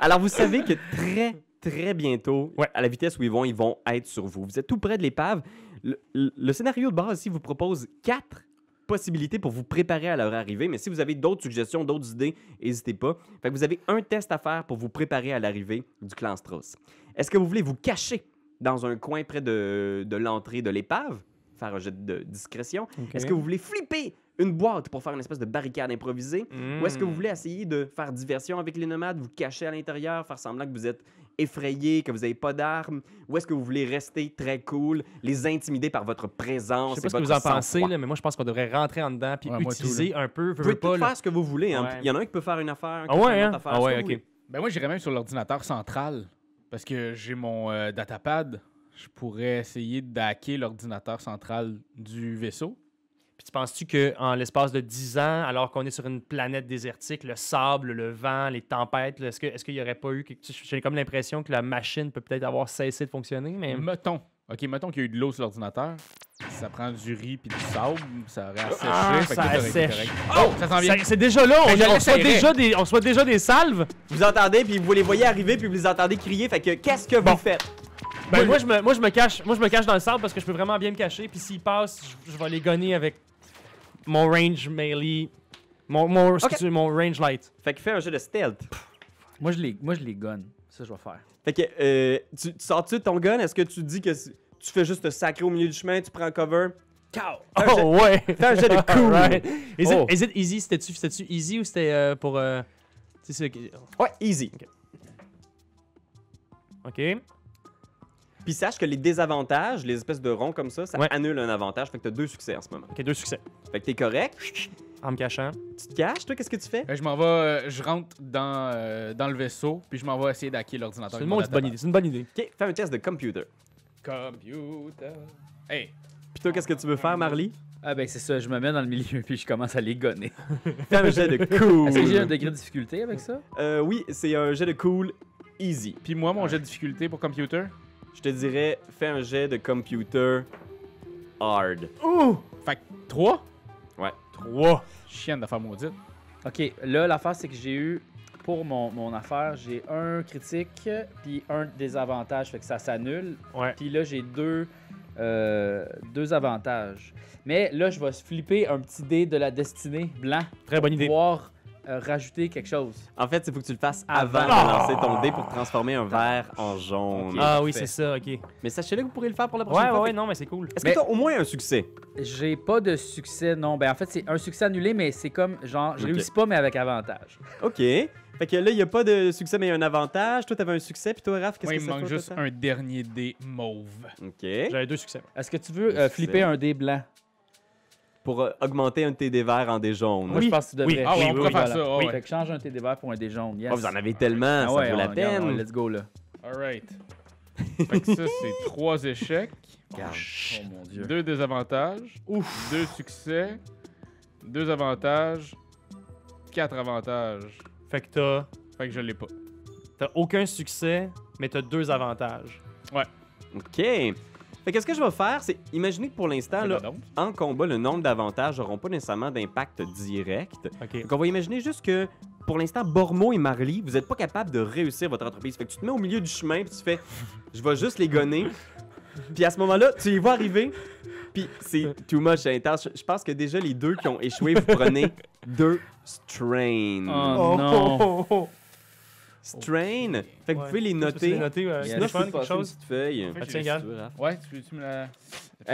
S1: Alors, vous savez que très, très bientôt,
S2: Ouais.
S1: à la vitesse où ils vont, ils vont être sur vous. Vous êtes tout près de l'épave. Le, le- le scénario de base ici vous propose quatre possibilités pour vous préparer à leur arrivée, mais si vous avez d'autres suggestions, d'autres idées, n'hésitez pas. Fait que vous avez un test à faire pour vous préparer à l'arrivée du clan Strauss. Est-ce que vous voulez vous cacher dans un coin près de, de l'entrée de l'épave, faire un jet de discrétion? Est-ce que vous voulez flipper une boîte pour faire une espèce de barricade improvisée?
S2: Hmm.
S1: Ou est-ce que vous voulez essayer de faire diversion avec les nomades, vous cacher à l'intérieur, faire semblant que vous êtes effrayé, que vous n'avez pas d'armes? Ou est-ce que vous voulez rester très cool, les intimider par votre
S2: Je
S1: présence?
S2: sais
S1: et
S2: pas ce que
S1: votre
S2: vous en pensez,
S1: sang-froid?
S2: là, mais moi, je pense qu'on devrait rentrer en dedans puis
S4: Ouais, moi, tout,
S2: utiliser un
S1: Vous
S2: peu. veux,
S1: pouvez
S2: veux pas,
S1: tout
S2: là.
S1: faire ce que vous voulez. hein.
S2: Ouais.
S1: Il y en a un qui peut faire une affaire, un qui
S2: Ah
S1: peut faire
S2: ouais,
S1: une
S2: hein?
S1: autre affaire.
S2: Ah
S1: ce
S2: ouais,
S1: que vous
S2: ok.
S1: voulez.
S4: Ben moi, j'irais même sur l'ordinateur central. Parce que j'ai mon euh, datapad. Je pourrais essayer d'hacker l'ordinateur central du vaisseau.
S2: Puis tu penses-tu qu'en l'espace de 10 ans, alors qu'on est sur une planète désertique, le sable, le vent, les tempêtes, là, est-ce que- est-ce qu'il n'y aurait pas eu. quelque- J'ai comme l'impression que la machine peut peut-être avoir cessé de fonctionner, mais.
S4: Mettons. OK, mettons qu'il y a eu de l'eau sur l'ordinateur. Ça prend du riz puis du sable. Ça aurait asséché.
S2: Ah,
S4: fait
S2: ça
S4: que tout aurait été
S2: assèche.
S4: correct. Oh! Ça s'en vient.
S2: Ça- C'est déjà là, on,
S4: Fait que
S2: Ben, on reçoit
S4: j'essaierai.
S2: déjà des, on reçoit déjà des salves.
S1: Vous entendez, puis vous les voyez arriver, puis vous les entendez crier. Fait que qu'est-ce que vous faites?
S2: Ben, moi, je me, moi, je me cache, moi, je me cache dans le sable parce que je peux vraiment bien me cacher. Puis s'ils passent, je, je vais les gonner avec mon range melee. Mon, mon, excusez, mon range light.
S1: Fait que fais un jeu de stealth.
S3: Moi, je les, moi, je les gonne. Ça, je vais faire.
S1: Fait que euh, tu, tu sors-tu de ton gun? Est-ce que tu dis que c- tu fais juste te sacrer au milieu du chemin, tu prends cover? Fais un jet-
S2: Oh, ouais!
S1: Fais un jet de cool!
S2: Alright. Is,
S3: Oh.
S2: it, is it easy? C'était-tu c'était-tu easy ou c'était euh, pour. euh, tu sais, c'est-
S1: Ouais, easy.
S2: ok.
S1: Puis sache que les désavantages, les espèces de ronds comme ça, ça
S2: Ouais.
S1: annule un avantage. Fait que t'as deux succès en ce moment.
S2: Ok, deux succès.
S1: Fait que t'es correct.
S2: En me cachant.
S1: Tu te caches, toi, qu'est-ce que tu fais?
S4: Ben, je m'en vais. euh, je rentre dans, euh, dans le vaisseau. Puis je m'en vais essayer d'hacker l'ordinateur.
S2: C'est une
S4: avec
S2: maudite
S4: mon
S2: bonne idée.
S4: datapad.
S2: C'est une bonne idée.
S1: Ok, fais un test de computer.
S4: Computer. Hey,
S1: Puis toi, qu'est-ce que tu veux faire, Marley?
S3: Ah, ben, c'est ça. Je me mets dans le milieu puis je commence à les gonner.
S1: Fais un jet de
S3: Est-ce que j'ai un
S1: cool.
S3: degré de difficulté avec ça?
S1: Euh, oui, c'est un jet de cool easy.
S4: puis moi, mon jet de difficulté pour computer.
S1: Je te dirais, fais un jet de computer hard.
S4: Fait que 3.
S2: Trois.
S4: Chienne d'affaires maudite.
S3: Ok, là, l'affaire, c'est que j'ai eu. pour mon, mon affaire, j'ai un critique, puis un désavantage, fait que ça s'annule.
S2: Ouais.
S3: Puis là, j'ai deux, euh, deux avantages. Mais là, je vais flipper un petit dé de la destinée blanc
S2: Très bonne
S3: pour
S2: idée.
S3: pouvoir euh, rajouter quelque chose.
S1: En fait, il faut que tu le fasses avant
S2: Ah!
S1: de lancer ton dé pour transformer un vert en jaune.
S3: Ok.
S2: Ah oui,
S3: Parfait.
S2: c'est ça, ok. Ouais,
S1: Mais sachez-le que vous pourrez le faire pour la prochaine
S2: ouais,
S1: fois.
S2: ouais, non, mais c'est cool.
S1: Est-ce
S3: Mais-
S1: que t'as au moins un succès?
S3: J'ai pas de succès, non. Ben en fait, c'est un succès annulé, mais c'est comme genre, je
S1: Ok.
S3: réussis pas, mais avec avantage.
S1: OK. Fait que là, il n'y a pas de succès, mais il y a un avantage. Toi, t'avais un succès, puis toi, Raph, qu'est-ce
S4: Moi,
S1: que
S4: il me
S1: ça
S4: manque
S1: fait,
S4: juste
S1: toi,
S4: un dernier dé mauve.
S1: t'as- OK.
S2: J'avais deux succès.
S3: Est-ce que tu veux
S1: Un
S3: euh,
S1: succès.
S3: flipper un dé blanc?
S1: Pour euh, augmenter un de tes dés verts en dés jaunes.
S3: Moi, je pense que tu
S2: Oui.
S3: devrais.
S2: Ah ouais, on
S4: pourrait faire ça, ah ouais.
S3: Fait que change un TD vert pour un dé jaune. Yes.
S1: Ah, vous en avez tellement,
S3: Ah
S1: ça
S3: ouais,
S1: vaut la
S3: on- regarde,
S1: peine.
S3: on- let's go, là.
S4: Alright. Fait que ça, c'est trois échecs,
S3: Regarde. Oh mon dieu.
S4: deux désavantages, deux succès, deux avantages, quatre avantages.
S2: Fait que t'as,
S4: Fait que je l'ai pas.
S2: t'as aucun succès, mais t'as deux avantages.
S1: OK. Fait que ce que je vais faire, c'est imaginer que pour l'instant,
S4: Fait
S1: Ah, là,
S4: que donc,
S1: en combat, le nombre d'avantages n'auront pas nécessairement d'impact direct.
S2: Ok.
S1: Donc, on va imaginer juste que, pour l'instant, Bormo et Marly, vous n'êtes pas capable de réussir votre entreprise. Fait que tu te mets au milieu du chemin, puis tu fais « Je vais juste les gonner. » Puis à ce moment-là, tu les vois arriver, puis c'est too much, c'est intense. Je- Je pense que déjà, les deux qui ont échoué, vous prenez deux strain.
S3: Oh. non.
S2: oh, oh.
S1: Strain. Fait que
S2: Ouais.
S1: vous pouvez les
S2: Tu peux les
S1: noter.
S2: noter, ouais.
S3: Yes.
S1: Sinon,
S2: Téléphone,
S1: je peux te
S2: quelque
S1: passer une
S2: chose.
S1: petite feuille.
S2: Ah,
S4: Fait que
S2: tiens,
S4: j'ai-
S2: Gars.
S1: Raph?
S4: Ouais, tu veux-tu me la.
S1: Hey,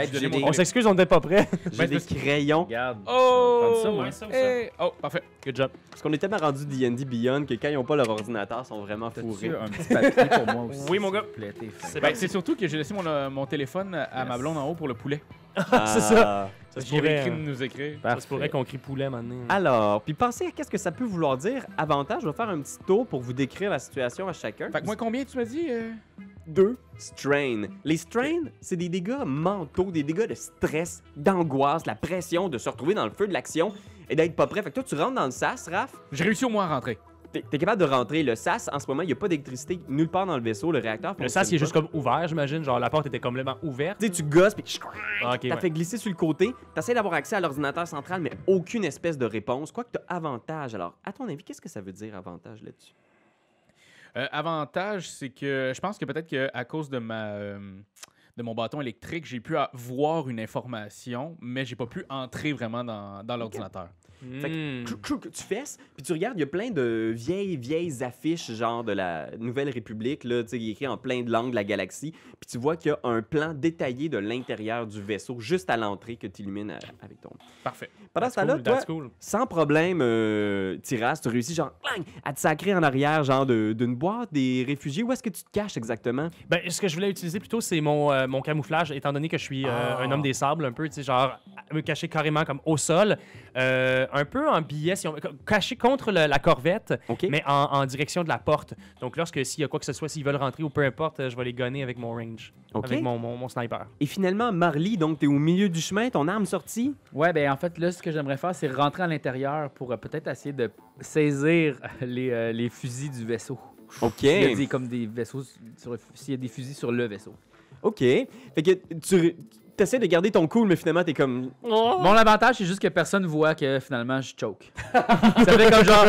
S4: Je
S1: j'ai
S4: l'ai
S1: des-
S4: mon-
S2: On s'excuse, on n'était pas prêt.
S1: J'ai
S4: Ben,
S1: des
S4: c'est-
S1: crayons.
S3: Regarde.
S4: Oh!
S3: Prends ça, moi.
S2: ça
S4: Hey! Oh, parfait.
S2: Good job.
S1: Parce qu'on est tellement rendu D&D Beyond que quand ils n'ont pas leur ordinateur, ils sont vraiment fourrés.
S3: T'as-tu un petit papier pour moi aussi?
S2: Oui, mon
S3: s'il
S2: gars.
S3: te plaît, t'es fin.
S2: C'est
S4: Ben,
S2: parti.
S4: c'est surtout que j'ai laissé mon, euh, mon téléphone à
S3: Yes.
S4: ma blonde en haut pour le poulet.
S1: Ah.
S2: c'est ça. Ça se
S4: J'ai
S2: pourrait,
S4: écrit de
S2: hein.
S4: nous écrire.
S2: Ça se pourrait qu'on crie poulet maintenant.
S1: Alors, puis pensez à qu'est-ce que ça peut vouloir dire. Avantage, je vais faire un petit tour pour vous décrire la situation à chacun.
S4: Fait que moi, combien tu m'as dit? euh?
S1: deux strain. Les strains, c'est des dégâts mentaux, des dégâts de stress, d'angoisse, la pression de se retrouver dans le feu de l'action et d'être pas prêt. Fait que toi, tu rentres dans le sas, Raph.
S4: J'ai réussi au moins à rentrer.
S1: T'es t'es capable de rentrer. Le sas, en ce moment, il n'y a pas d'électricité nulle part dans le vaisseau, le réacteur.
S2: Le sas, il
S1: fonctionne
S2: est juste comme ouvert, j'imagine. Genre, la porte était complètement ouverte.
S1: Tu sais, tu gosses, puis
S2: Ah, ok,
S1: t'as
S2: ouais.
S1: fait glisser sur le côté. T'essaies d'avoir accès à l'ordinateur central, mais aucune espèce de réponse. Quoique t'as avantage. Alors, à ton avis, qu'est-ce que ça veut dire avantage là-dessus?
S4: Euh, avantage, c'est que je pense que peut-être que à cause de ma euh, de mon bâton électrique, j'ai pu à- voir une information, mais j'ai pas pu entrer vraiment dans, dans l'ordinateur.
S1: Fait
S2: Hmm.
S1: Crou- crou- que Tu fesses, puis tu regardes, il y a plein de vieilles, vieilles affiches, genre de la Nouvelle République, là, tu sais, il est écrit en plein de langues de la galaxie, puis tu vois qu'il y a un plan détaillé de l'intérieur du vaisseau, juste à l'entrée, que tu illumines à- avec ton...
S4: Parfait.
S1: Pendant
S2: That's
S1: ce temps-là,
S2: cool,
S1: toi,
S2: that's cool.
S1: sans problème, euh, Tiras, tu réussis, genre, clang, à te sacrer en arrière, genre, de- d'une boîte des réfugiés. Où est-ce que tu te caches exactement?
S2: Ben, ce que je voulais utiliser plutôt, c'est mon, euh, mon camouflage, étant donné que je suis euh,
S1: Ah.
S2: un homme des sables, un peu, tu sais, genre, à- me cacher carrément comme au sol, euh, un peu en biais, si on veut, co- caché contre le- la corvette,
S1: OK?
S2: mais en, en direction de la porte. Donc, lorsque s'il y a quoi que ce soit, s'ils veulent rentrer ou peu importe, euh, je vais les gonner avec mon range,
S1: OK.
S2: avec mon, mon, mon sniper.
S1: Et finalement, Marly, donc, t'es au milieu du chemin, ton arme sortie.
S3: Ouais, ben en fait, là, ce que j'aimerais faire, c'est rentrer à l'intérieur pour euh, peut-être essayer de saisir les, euh, les fusils du vaisseau.
S1: OK.
S3: Il y a des, comme des vaisseaux sur le- s'il y a des fusils sur le vaisseau.
S1: OK. Fait que tu essaies de garder ton cool, mais finalement, t'es comme...
S3: Mon avantage, c'est juste que personne voit que finalement je choke. ça fait comme genre,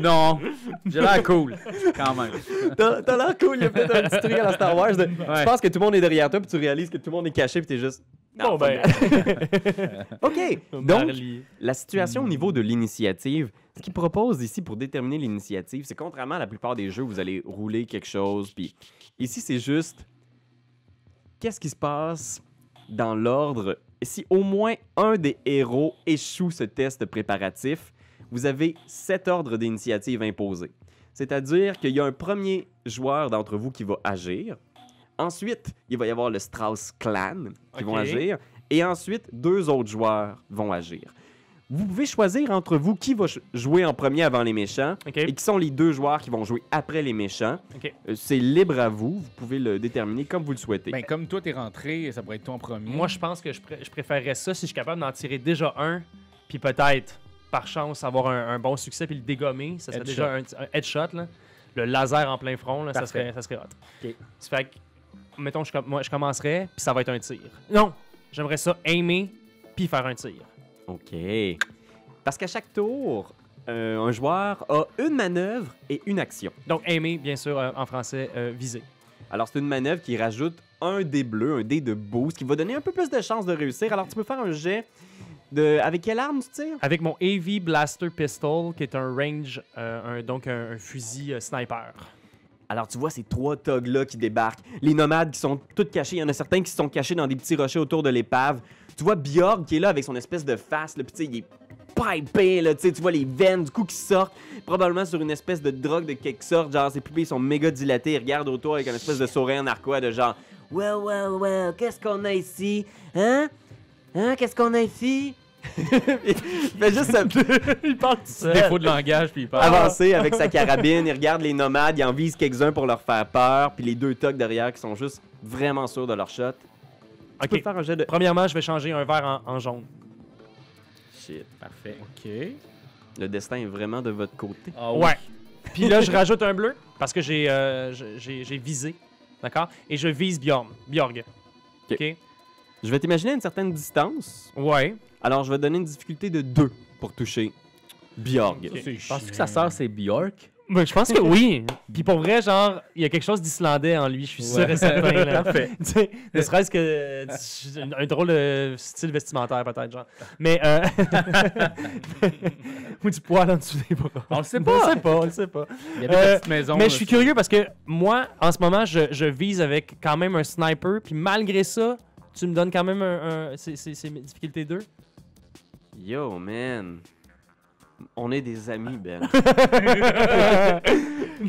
S3: non, j'ai l'air cool, quand même.
S1: T'as t'as l'air cool, il y a peut-être un petit truc à la Star Wars. de- Tu
S3: Ouais.
S1: penses que tout le monde est derrière toi, puis tu réalises que tout le monde est caché, puis t'es juste.
S2: Bon, ben, euh,
S1: OK! Donc,
S2: Marley.
S1: la situation au niveau de l'initiative, ce qu'ils proposent ici pour déterminer l'initiative, c'est contrairement à la plupart des jeux, vous allez rouler quelque chose, puis ici, c'est juste. Qu'est-ce qui se passe dans l'ordre si au moins un des héros échoue ce test préparatif? Vous avez sept ordres d'initiative imposés. C'est-à-dire qu'il y a un premier joueur d'entre vous qui va agir. Ensuite, il va y avoir le Strauss Clan qui vont
S2: Ok.
S1: agir. Et ensuite, deux autres joueurs vont agir. Vous pouvez choisir entre vous qui va ch- jouer en premier avant les méchants
S2: OK.
S1: et qui sont les deux joueurs qui vont jouer après les méchants.
S2: Ok.
S1: Euh, C'est libre à vous. Vous pouvez le déterminer comme vous le souhaitez.
S4: Ben comme toi t'es rentré, ça pourrait être toi en premier.
S2: Moi, je pense que je, pré- je préférerais ça si je suis capable d'en tirer déjà un, puis peut-être, par chance, avoir un, un bon succès puis le dégommer. Ça serait
S4: Headshot.
S2: déjà un, un headshot, là. le laser en plein front, là, ça,
S3: Parfait.
S2: serait, ça serait hot.
S3: Ok.
S2: Ça fait que, mettons, je, com- moi, je commencerais, puis ça va être un tir. Non, j'aimerais ça aimer, puis faire un tir.
S1: OK. Parce qu'à chaque tour, euh, un joueur a une manœuvre et une action.
S2: Donc, aimer, bien sûr, euh, en français, euh, viser.
S1: Alors, c'est une manœuvre qui rajoute un dé bleu, un dé de boost, qui va donner un peu plus de chances de réussir. Alors, tu peux faire un jet de. Avec quelle arme tu tires
S2: Avec mon Heavy Blaster Pistol, qui est un range, euh, un- donc un, un fusil euh, sniper.
S1: Alors, tu vois ces trois togs-là qui débarquent. Les nomades qui sont toutes cachés. Il y en a certains qui se sont cachés dans des petits rochers autour de l'épave. Tu vois Bjorg qui est là avec son espèce de face. Là, puis tu sais, il est pipé, là, tu sais, tu vois les veines du coup qui sortent, probablement sur une espèce de drogue de quelque sorte, genre ses pupilles sont méga dilatées, il regarde autour avec un espèce de sourire narquois de genre « Well, well, well, qu'est-ce qu'on a ici? Hein? Hein? Qu'est-ce qu'on a ici? » Mais juste ça-
S2: Il parle tout seul.
S4: Défaut de langage, puis il parle.
S1: avancer avec sa carabine, il regarde les nomades, il en vise quelques-uns pour leur faire peur, puis les deux tocs derrière qui sont juste vraiment sûrs de leur shot. Tu peux
S2: Ok.
S1: faire un jet de...
S2: Premièrement, je vais changer un vert en, en jaune.
S1: Shit.
S4: Parfait. OK.
S1: Le destin est vraiment de votre côté.
S3: Ah
S4: Oh.
S2: Ouais. Puis là, je rajoute un bleu parce que j'ai euh, j'ai- j'ai j'ai visé. D'accord? Et je vise Bjorn. Bjorg.
S1: Ok. Je vais t'imaginer à une certaine distance,
S2: Ouais.
S1: alors je vais te donner une difficulté de 2 pour toucher Bjorg.
S4: Ça, c'est
S3: Penses-tu que sa
S4: chiant.
S3: sœur, c'est Bjork?
S2: Ben, je pense que oui. Puis pour vrai, genre, il y a quelque chose d'islandais en lui, je suis sûr
S3: Ouais.
S2: et certain. Là.
S3: Parfait.
S2: Tu sais, ne serait-ce que euh, un, un drôle de style vestimentaire, peut-être, genre. Mais. euh, Ou du poil en dessous des bras.
S3: On le sait
S2: On
S3: pas.
S2: le sait pas, on le sait pas.
S4: Il y avait
S2: Euh,
S4: une petite maison.
S2: Mais
S4: là,
S2: je suis
S4: c'est-
S2: curieux parce que moi, en ce moment, je, je vise avec quand même un sniper. Puis malgré ça, tu me donnes quand même un. un- c'est- c'est c'est difficulté 2.
S1: Yo, man. On est des amis, Ben.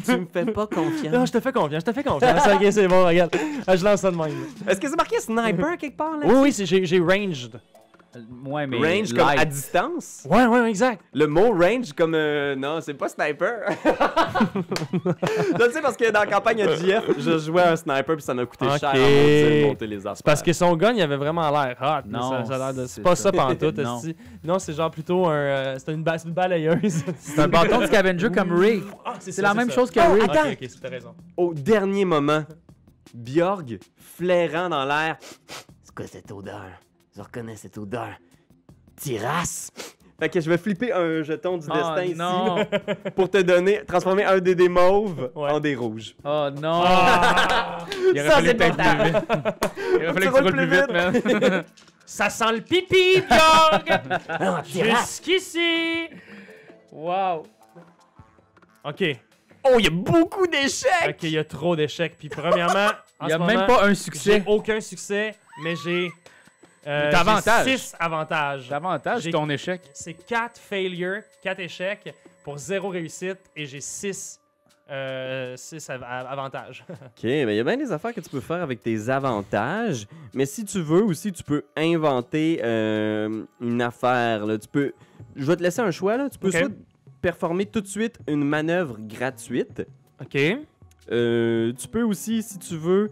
S1: tu me fais pas
S2: Non,
S1: confiance.
S2: Ah, je te fais confiance, je te fais confiance. ok, c'est bon, regarde. Ah, Je lance ça de même.
S1: Est-ce que c'est marqué sniper quelque part, là?
S2: Oui, oui, c'est- j'ai j'ai ranged.
S3: Ouais, mais.
S1: Range comme à
S3: light.
S1: distance?
S2: Ouais, ouais, ouais, exact.
S1: Le mot range comme euh, non, c'est pas sniper. je le sais parce que dans la campagne à GF, je jouais à un sniper puis ça m'a coûté cher en
S2: Ok.
S1: maudit de monter les affaires.
S2: C'est parce que son gun, il avait vraiment l'air hot.
S3: Non,
S2: Non, ça, ça a l'air de... c'est
S3: c'est
S2: pas
S3: ça.
S2: ça pantoute.
S3: Non.
S2: esti. non, c'est genre plutôt un. euh, c'est une, ba- c'est une balayeuse.
S3: C'est un bâton de scavenger comme Ray.
S2: Ah,
S3: C'est
S2: ça,
S3: la même
S2: ça.
S3: chose que
S1: Oh,
S3: Ray.
S2: Ok,
S1: Attends.
S2: ok, c'est- t'as raison.
S1: au dernier moment, Bjorg flairant dans l'air. C'est quoi cette odeur Je reconnais cette odeur. Tirasse. Fait que je vais flipper un jeton du
S3: Oh
S1: destin
S3: non!
S1: ici pour te donner transformer un des dés mauves
S2: Ouais.
S1: en des rouges.
S3: Oh non!
S2: Ah!
S4: Il aurait
S1: Ah, Ça,
S4: fallu
S1: c'est
S4: que t'ailles
S1: mental.
S4: plus vite. Il aurait fallu que
S1: roules
S4: tu roules plus
S1: plus
S4: vite, man.
S2: ça sent le pipi, Bjorg!
S1: Ah, tirasse.
S2: Jusqu'ici!
S3: Wow!
S2: Ok.
S1: Oh, il y a beaucoup d'échecs.
S2: Ok, il y a trop d'échecs. Puis, premièrement, en
S3: Il n'y a
S2: ce
S3: même
S2: moment,
S3: pas un
S2: J'ai
S3: succès.
S2: aucun succès, mais j'ai. Euh,
S4: T'as avantage.
S2: 6 avantages.
S4: L'avantage,
S2: J'ai-
S4: c'est ton échec.
S2: C'est 4 failures, 4 échecs pour 0 réussite et j'ai 6 euh, six av- av- avantages.
S1: OK, mais il y a bien des affaires que tu peux faire avec tes avantages, mais si tu veux aussi, tu peux inventer euh, une affaire. là. Tu peux... Je vais te laisser un choix. Là. Tu peux
S2: OK.
S1: soit performer tout de suite une manœuvre gratuite.
S2: OK.
S1: Euh, tu peux aussi, si tu veux,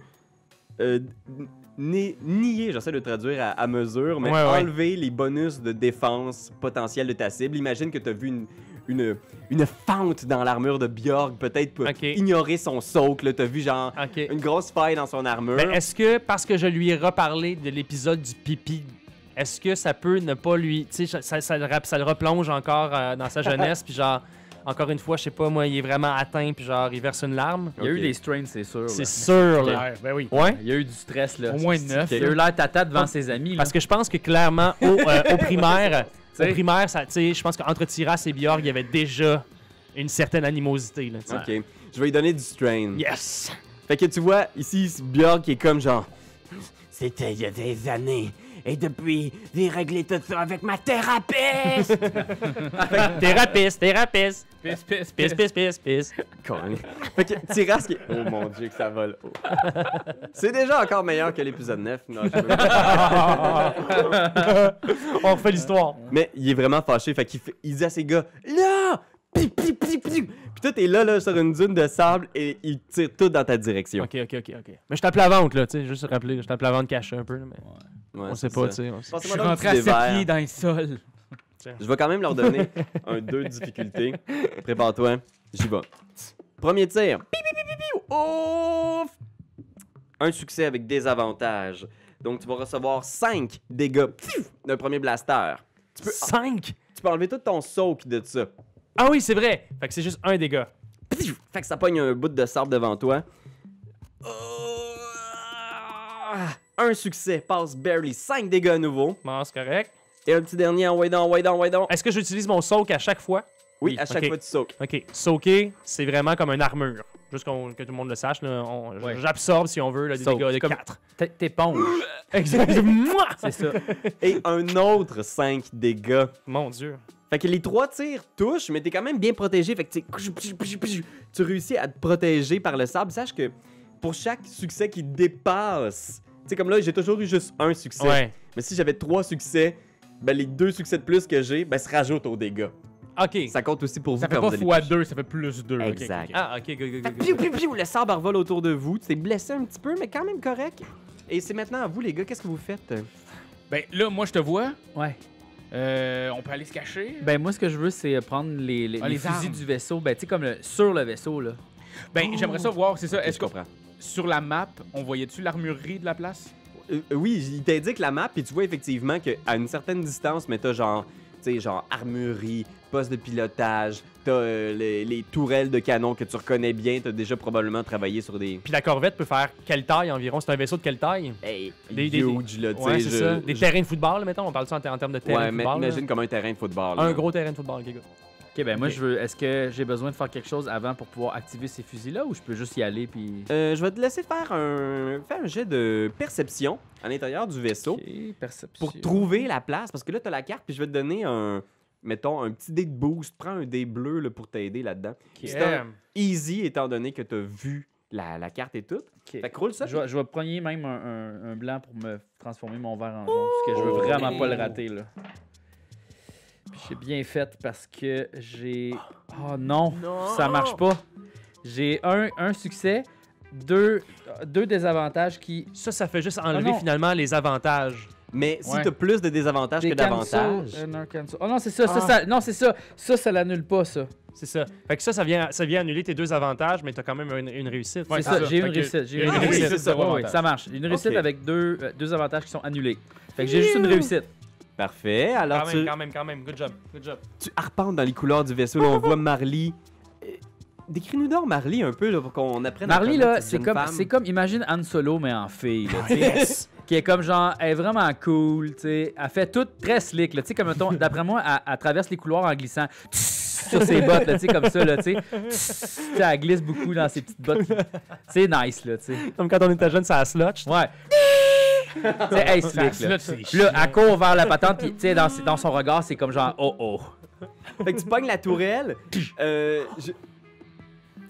S1: euh, ni- nier, j'essaie de traduire à, à mesure, mais
S2: Ouais, ouais.
S1: enlever les bonus de défense potentiels de ta cible. Imagine que tu as vu une, une, une fente dans l'armure de Bjorg, peut-être pour
S2: OK.
S1: ignorer son soak. Tu as vu genre
S2: OK.
S1: une grosse faille dans son armure.
S2: Ben, est-ce que, parce que je lui ai reparlé de l'épisode du pipi, est-ce que ça peut ne pas lui. Tu sais, ça, ça, ça le rap- ça le replonge encore euh, dans sa jeunesse, puis genre, encore une fois, je sais pas, moi, il est vraiment atteint, puis genre, il verse une larme.
S3: Il y a eu
S1: Ok.
S3: des strains, c'est sûr.
S2: C'est
S3: là.
S2: sûr, là.
S4: Clair, Ben oui.
S2: Ouais.
S3: Il y a eu du stress, là.
S4: Au moins neuf.
S3: Il y a eu l'air tata devant ses amis, là.
S2: Parce que je pense que clairement, au, euh, au primaire, au
S3: T'sais.
S2: primaire, ça, tu sais, je pense qu'entre Tiras et Bjorg, il y avait déjà une certaine animosité. Là, tu sais.
S1: Ok, je vais lui donner du strain.
S2: Yes!
S1: Fait que tu vois, ici, c'est Björk qui est comme genre. C'était il y a des années. Et depuis, j'ai réglé tout ça avec ma thérapeute!
S2: Thérapiste, thérapiste!
S4: Pisse, pisse,
S2: Pisse,
S4: pisse.
S2: pisse, pisse, pisse.
S1: Con. fait que Tiras qui. Oh mon dieu, que ça vole haut. C'est déjà encore meilleur que l'épisode 9. Non, je veux-
S2: On refait l'histoire.
S1: Mais il est vraiment fâché, fait qu'il fait- il dit à ses gars Là! Pi, pi, pi, pi! Puis toi, t'es là, là, sur une dune de sable et il tire tout dans ta direction.
S2: Ok, ok, ok, ok. Mais je tape la vente, là, tu sais, juste rappeler, je tape la vente cachée un peu, là, mais
S1: Ouais,
S2: on sait
S1: c'est
S2: pas,
S1: ça.
S2: tu sais. on sait-
S4: Je
S1: Passez-moi
S4: suis
S1: donc
S4: rentré
S1: du
S4: à
S1: thé vert.
S4: 7 pieds dans le sol.
S1: Je vais quand même leur donner un 2 de difficulté. Prépare-toi, j'y vais. Premier tir. Piou, piou, piou, piou, piou. Ouf! Un succès avec des avantages. Donc, tu vas recevoir 5 dégâts piou, d'un premier blaster. Tu peux,
S2: Cinq!
S1: tu peux enlever tout ton soak de ça.
S2: Ah oui, c'est vrai! Fait que c'est juste un dégât.
S1: Pfiou! Fait que ça pogne un bout de sable devant toi. Oh! Un succès, passe barely 5 dégâts à nouveau.
S2: Bon, c'est correct.
S1: Et un petit dernier en way down, way down, way down.
S2: Est-ce que j'utilise mon soak à chaque fois?
S1: Oui, à chaque
S2: Ok.
S1: fois tu soak.
S2: OK. Soaker, c'est vraiment comme une armure. Juste qu'on- que tout le monde le sache. là, on-
S3: Ouais.
S2: J'absorbe, si on veut, là, des
S3: Soak,
S2: dégâts de
S3: comme-
S2: 4.
S3: T'es- T'éponges,
S2: Exactement.
S3: c'est ça.
S1: Et un autre 5 dégâts.
S2: Mon Dieu.
S1: Fait que les trois tirs touchent, mais t'es quand même bien protégé. Fait que tu sais, psh, psh, psh, tu réussis à te protéger par le sable. Sache que pour chaque succès qui dépasse, tu sais, comme là, j'ai toujours eu juste un succès.
S2: Ouais.
S1: Mais si j'avais trois succès, ben les deux succès de plus que j'ai, ben se rajoutent aux dégâts.
S2: OK.
S1: Ça compte aussi pour vous
S4: Ça fait
S1: quand
S4: pas
S1: vous allez
S4: fois
S1: toucher.
S4: 2, ça fait plus 2.
S1: Exact.
S2: Ah, OK. go, go, go,
S1: Fait
S2: go.
S1: que piou, piou, piou, le sabre revole autour de vous. Tu t'es blessé un petit peu, mais quand même correct. Et c'est maintenant à vous, les gars. Qu'est-ce que vous faites?
S4: Ben là, moi, je te vois.
S3: Ouais.
S4: Euh, on peut aller se cacher.
S3: Ben moi, ce que je veux, c'est prendre les, les,
S4: Ah,
S3: les
S4: les
S3: fusils
S4: armes.
S3: du vaisseau, ben tu sais, comme le- sur le vaisseau, là.
S4: Ben, j'aimerais ça voir, c'est ça.
S1: Ok,
S4: Est-ce que
S1: comprends?
S4: sur la map, on voyait-tu l'armurerie de la place?
S1: Euh, euh, oui, il t'indique la map, puis tu vois effectivement qu'à une certaine distance, mais t'as genre, tu sais, genre armurerie, poste de pilotage, t'as euh, les, les tourelles de canon que tu reconnais bien, t'as déjà probablement travaillé sur des.
S2: Puis la corvette peut faire quelle taille environ? C'est un vaisseau de quelle taille?
S1: Hey,
S2: Des- des-
S1: huge, là, tu sais.
S2: Ouais, c'est
S1: je-
S2: ça. Des
S1: je-
S2: terrains de football, mettons. On parle ça en, ter- en termes de terrain
S1: Ouais,
S2: de
S1: mais
S2: football. là.
S1: imagine comme un terrain de football. là.
S2: Un gros terrain de football, les gars.
S3: Ok, ben moi,
S2: Ok.
S3: je veux. Est-ce que j'ai besoin de faire quelque chose avant pour pouvoir activer ces fusils-là ou je peux juste y aller puis.
S1: Euh, je vais te laisser faire un, faire un jet de perception à l'intérieur du vaisseau
S3: perception.
S1: pour trouver la place. Parce que là, t'as la carte, puis je vais te donner un, mettons, un petit dé de boost. Prends un dé bleu là, pour t'aider là-dedans. C'est un- easy étant donné que t'as vu la, la carte et tout. Fait que roule ça.
S3: Je, vais- je vais prendre même un, un- un blanc pour me transformer mon verre en jaune, parce que je veux vraiment pas le rater, là. Puis J'ai bien fait parce que j'ai. Oh non, ça marche pas. J'ai un, un succès, deux, deux désavantages qui.
S2: Ça, ça fait juste enlever
S3: non.
S2: finalement les avantages.
S1: Mais si
S4: Ouais.
S1: t'as plus de désavantages que
S3: Des
S1: d'avantages.
S3: cancels, un non cancel. Oh non, c'est ça, ça,
S2: Ah.
S3: ça, non, c'est ça. Ça, ça l'annule pas, ça.
S2: C'est ça. Fait que ça, ça vient, ça vient annuler tes deux avantages, mais t'as quand même une, une réussite.
S4: Ouais,
S3: c'est ça, j'ai une réussite. J'ai
S4: une
S3: une
S1: Ah oui,
S3: réussite.
S1: c'est
S4: réussite,
S1: ça,
S4: zéro
S3: Ouais, ouais,
S4: avantage.
S3: ça marche. Une réussite
S1: Ok.
S3: avec deux, euh, deux avantages qui sont annulés. Fait que j'ai juste une réussite.
S1: Parfait.
S2: Quand
S1: Alors
S2: même,
S1: tu,
S2: quand même, quand même. Good job. Good job.
S1: tu arpentes dans les couleurs du vaisseau. Là, on voit Marley. Euh, Décris-nous donc Marley un peu là, pour qu'on apprenne à
S3: Marley,
S1: connaître
S3: là,
S1: cette
S3: c'est
S1: jeune
S3: comme,
S1: femme.
S3: c'est comme, imagine Han Solo, mais en fille, là, tu sais. qui est comme genre, elle est vraiment cool, tu sais. Elle fait tout très slick, là, tu sais, comme mettons, d'après moi, elle, elle traverse les couloirs en glissant sur ses bottes, là, tu sais, comme ça, là, tu sais. Tu sais, elle glisse beaucoup dans ses petites bottes. C'est nice, là, tu sais.
S2: Comme quand on était jeune, ça a slotch.
S3: Ouais. tu sais, elle est
S4: Ça,
S3: slick, là.
S4: là, Bah, c'est
S3: Puis là, elle court vers la patente, puis tu sais, dans, dans son regard, c'est comme genre, oh oh.
S1: Fait que tu pognes la tourelle. euh, je-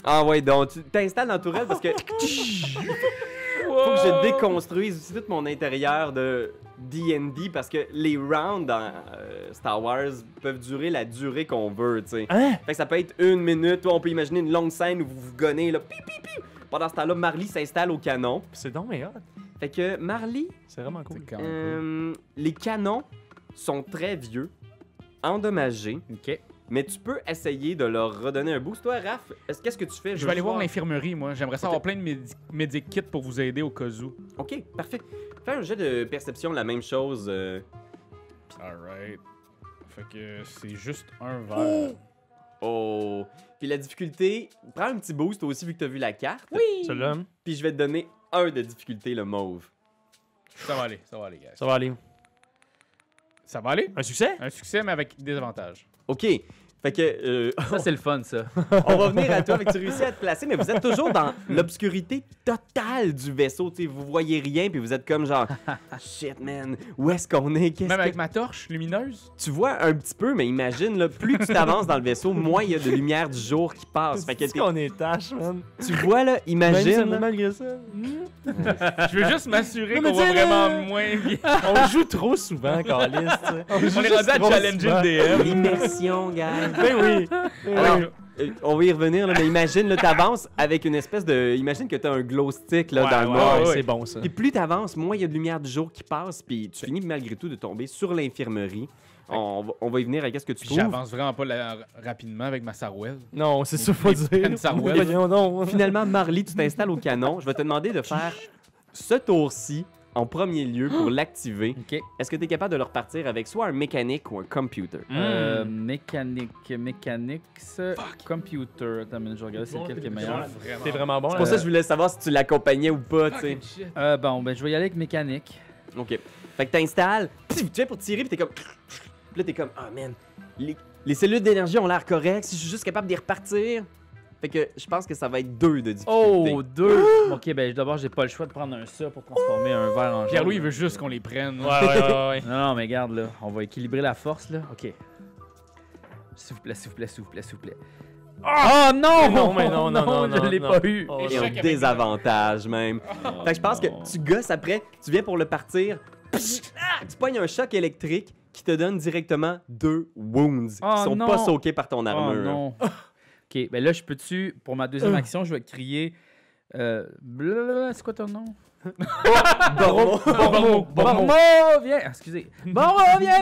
S1: Ah ouais, donc tu t'installes dans la tourelle parce que. Faut que je déconstruise aussi tout mon intérieur de D&D parce que les rounds dans euh, Star Wars peuvent durer la durée qu'on veut, tu sais.
S2: Hein?
S1: Fait que ça peut être une minute, ou on peut imaginer une longue scène où vous vous gonnez, là, pi, pi, pi. Pendant ce temps-là, Marley s'installe au canon.
S2: C'est donc, mais hot.
S1: Fait que Marley,
S2: C'est vraiment cool.
S4: C'est quand même cool.
S1: euh, les canons sont très vieux, endommagés,
S3: OK.
S1: mais tu peux essayer de leur redonner un boost. Toi, Raph, est-ce- qu'est-ce que tu fais?
S4: Je vais aller voir
S1: les
S4: l'infirmerie, moi. J'aimerais ça avoir plein de médi- medic kits pour vous aider au cas où.
S1: Ok, parfait. Fais un jet de perception, la même chose. euh,
S4: Alright. Fait que c'est juste un verre.
S1: Oh. Puis la difficulté, prends un petit boost toi aussi vu que t'as vu la carte. Oui.
S2: Celui-là,
S1: Puis je vais te donner un de difficulté, le mauve.
S4: Ça va aller, ça va aller, guys.
S2: ça va aller.
S4: Ça va aller?
S2: Un succès?
S4: Un succès, mais avec des avantages.
S1: Ok. Fait que euh,
S3: Ça, c'est le fun, ça.
S1: on va venir à toi avec tu réussis à te placer, mais vous êtes toujours dans l'obscurité totale du vaisseau. Tu sais, vous voyez rien, puis vous êtes comme genre ah, shit man, où est-ce qu'on est Qu'est-ce
S4: Même
S1: que
S4: avec ma torche lumineuse?
S1: tu vois un petit peu, mais imagine là, plus tu t'avances dans le vaisseau, moins il y a de lumière du jour qui passe. Ah, Fait que
S2: Qu'est-ce
S1: t'es-
S2: qu'on est tâche, man? Ben,
S1: tu vois là, imagine. là,
S2: malgré ça.
S4: Je veux juste m'assurer
S2: Non, mais
S4: qu'on va
S2: tu sais, là-
S4: vraiment moins bien.
S2: On joue trop souvent, Carlis. On,
S4: On est rendu à challenger le DM.
S1: L'immersion, gars.
S2: Ben oui.
S1: Alors, Euh, on va y revenir, là, mais imagine, là, t'avances avec une espèce de. Imagine que t'as un glow stick là,
S4: Ouais,
S1: dans le
S4: ouais,
S1: noir.
S4: ouais.
S2: c'est bon ça.
S1: Puis plus t'avances, moins il y a de lumière du jour qui passe, puis tu finis malgré tout de tomber sur l'infirmerie. On, va- on va y venir à qu'est-ce que tu
S4: Puis
S1: trouves.
S4: J'avance vraiment pas la- rapidement avec ma sarouelle.
S2: Non, c'est ça, faut
S4: les
S2: dire. Ben,
S4: peines Sarwell.
S2: Voyons donc.
S1: Finalement, Marley, tu t'installes au canon. Je vais te demander de faire ce tour-ci en premier lieu pour l'activer,
S3: Ok.
S1: est-ce que tu es capable de le repartir avec soit un mécanique ou un computer?
S2: Hmm.
S3: Euh, mécanique, mechanics, computer. Attends, une minute, je regarde c'est lequel qui est meilleur.
S2: T'es vraiment bon.
S1: C'est
S2: là.
S1: pour ça que je voulais savoir si tu l'accompagnais ou pas, tu sais.
S4: shit.
S3: Euh, bon, ben je vais y aller avec mécanique.
S1: Ok. Fait que t'installes, pff, tu fais pour tirer, puis t'es comme. Puis là, t'es comme, ah man, les, les cellules d'énergie ont l'air correctes, si je suis juste capable d'y repartir. Fait que je pense que ça va être deux de difficulté.
S3: Oh, deux! ok, ben d'abord, j'ai pas le choix de prendre un ça pour transformer un verre en jaune.
S4: Pierre-Louis, il veut juste qu'on les prenne.
S2: Ouais, ouais, ouais, ouais.
S3: Non, non, mais regarde, là, on va équilibrer la force, là. Ok. S'il vous plaît, s'il vous plaît, s'il vous plaît, s'il vous plaît. Oh non!
S2: Mais non, mais non, non, non,
S3: je
S2: non,
S3: l'ai
S2: non.
S3: pas eu.
S2: Oh,
S1: Et
S2: non.
S1: un
S4: Échec avec-
S1: désavantage, même. Fait que je pense
S3: non.
S1: que tu gosses après, tu viens pour le partir, psh, ah, tu pognes un choc électrique qui te donne directement deux wounds
S3: Oh
S1: qui sont
S3: non.
S1: pas soqués par ton
S3: Oh
S1: armure.
S3: non. ok, ben là, je peux-tu, pour ma deuxième action, je vais crier. Euh, blablabla, c'est quoi ton nom?
S1: Bormo.
S3: Bormo! Bormo, viens! Ah, Excusez. Bormo, viens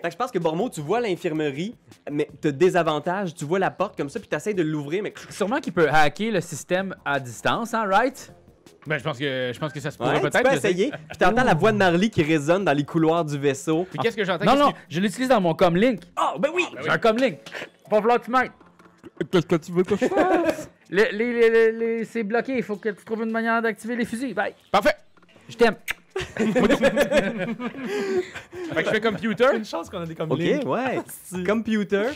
S1: Fait que je pense que Bormo, tu vois l'infirmerie, mais t'as désavantage, tu vois la porte comme ça, puis t'essayes de l'ouvrir, mais
S3: Sûrement qu'il peut hacker le système à distance, hein, right?
S4: Ben, je pense que, je pense que ça se pourrait
S1: Ouais, tu
S4: peut-être.
S1: peux
S4: je sais.
S1: essayer. Puis t'entends la voix de Marley qui résonne dans les couloirs du vaisseau.
S4: Puis qu'est-ce que j'entends?
S3: Non,
S4: Qu'est-ce
S3: non, je l'utilise dans mon comlink. Ah,
S1: Oh, ben oui!
S3: J'ai un comlink. Pas falloir que tu m'aides.
S1: Qu'est-ce que tu veux que je fasse?
S3: Les, les, les, les, les- c'est bloqué, il faut que tu trouves une manière d'activer les fusils. Bye.
S4: que- Parfait!
S3: Je t'aime.
S4: Fait que je fais computer.
S2: Une chance qu'on a des comme
S1: Ok, ouais. Computer.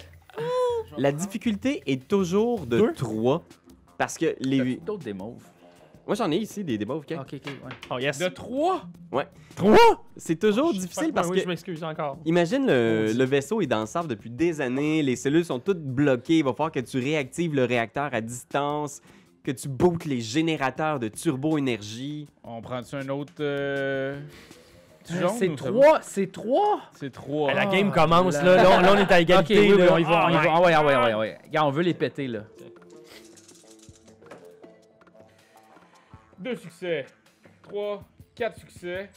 S1: La difficulté est toujours de 3. Parce que les.
S3: D'autres des mauves.
S1: Moi, j'en ai ici des débats, ok?
S3: Ok, Euh, ok, ouais.
S2: Oh yes.
S4: De 3.
S1: 3? C'est toujours difficile parce
S2: Oui,
S1: que.
S2: Ah, je m'excuse encore.
S1: Imagine le,
S2: Oh, dis-
S1: le vaisseau est dans le sable depuis des années, les cellules sont toutes bloquées, il va falloir que tu réactives le réacteur à distance, que tu bootes les générateurs de turbo-énergie.
S4: On prend-tu un autre. euh, du jaune,
S3: C'est
S4: ou ça va?
S3: trois, c'est trois.
S4: C'est Ah. 3.
S2: Ben, la game commence, Ah, là. Là, on- là, on est à
S3: Ok,
S2: égalité.
S3: oui, oui,
S2: là.
S3: on y va,
S2: Oh
S3: on y
S2: my
S3: va. Ah ouais, ah ouais, ah ouais, ah ouais. Regarde, on veut les péter, là.
S4: Deux succès. 3, 4 succès.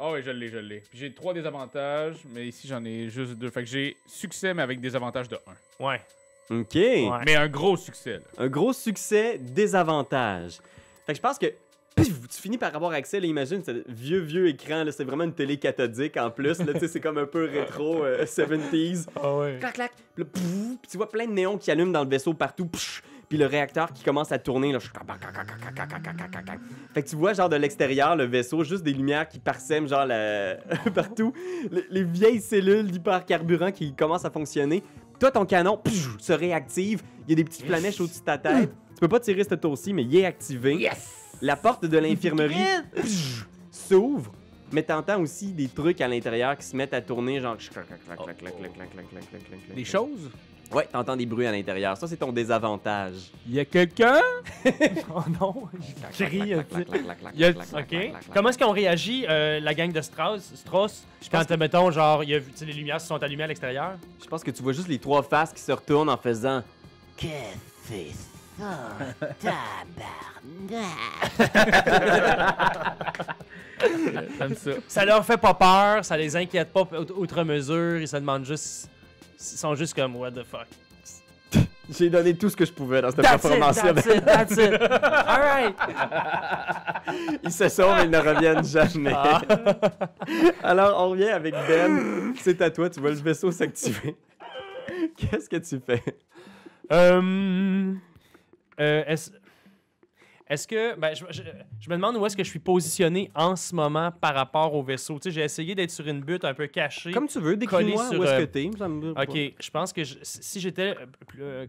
S4: Ah oui, je l'ai, je l'ai. Puis j'ai trois désavantages, mais ici j'en ai juste deux. Fait que j'ai succès, mais avec des avantages de 1.
S2: Ouais.
S1: OK.
S2: Ouais.
S4: Mais un gros succès, là.
S1: Un gros succès, désavantage. Fait que je pense que pif, tu finis par avoir accès, là, imagine, ce vieux, vieux écran, là, c'est vraiment une télé cathodique en plus, là, tu sais, c'est comme un peu rétro euh, 70s.
S2: Ah ouais.
S1: Clac, clac, puis là, pouf, puis tu vois plein de néons qui allument dans le vaisseau partout, psh, puis le réacteur qui commence à tourner, là. Fait que tu vois, genre, de l'extérieur, le vaisseau, juste des lumières qui parsèment, genre, la- partout, les, les vieilles cellules d'hypercarburant qui commencent à fonctionner. Toi, ton canon pff, se réactive. Il y a des petites flamèches au-dessus de ta tête. Tu peux pas tirer ce tour-ci, mais il est activé. La porte de l'infirmerie pff, s'ouvre, mais t'entends aussi des trucs à l'intérieur qui se mettent à tourner, genre...
S4: Des choses?
S1: Ouais, t'entends des bruits à l'intérieur. Ça, c'est ton désavantage.
S2: Il y a quelqu'un? oh non, je crie. Il euh, y a- OK. Comment est-ce qu'on réagit, euh, la gang de Strauss, Strauss
S1: pense
S2: quand, euh, mettons, genre, il y a, tu sais, les lumières se sont allumées à l'extérieur?
S1: Je pense que tu vois juste les trois faces qui se retournent en faisant...
S4: J'aime ça.
S2: Ça leur fait pas peur, ça les inquiète pas out- outre mesure, ils se demandent juste... Ils sont juste comme « What the fuck?
S1: J'ai donné tout ce que je pouvais dans cette
S2: That's it,
S1: performance-là.
S2: that's it, that's it. All right.
S1: Ils se sauvent et ne reviennent jamais.
S2: Ah.
S1: Alors, on revient avec Ben. C'est à toi, tu vois le vaisseau s'activer. Qu'est-ce que tu fais?
S2: Euh, euh, est-ce est-ce que. ben, je, je- je me demande où est-ce que je suis positionné en ce moment par rapport au vaisseau. Tu sais, j'ai essayé d'être sur une butte un peu cachée.
S1: tu veux,
S2: décris-moi où est-ce que
S1: t'es.
S2: euh, Ok, je pense que je- si j'étais euh, plus, euh,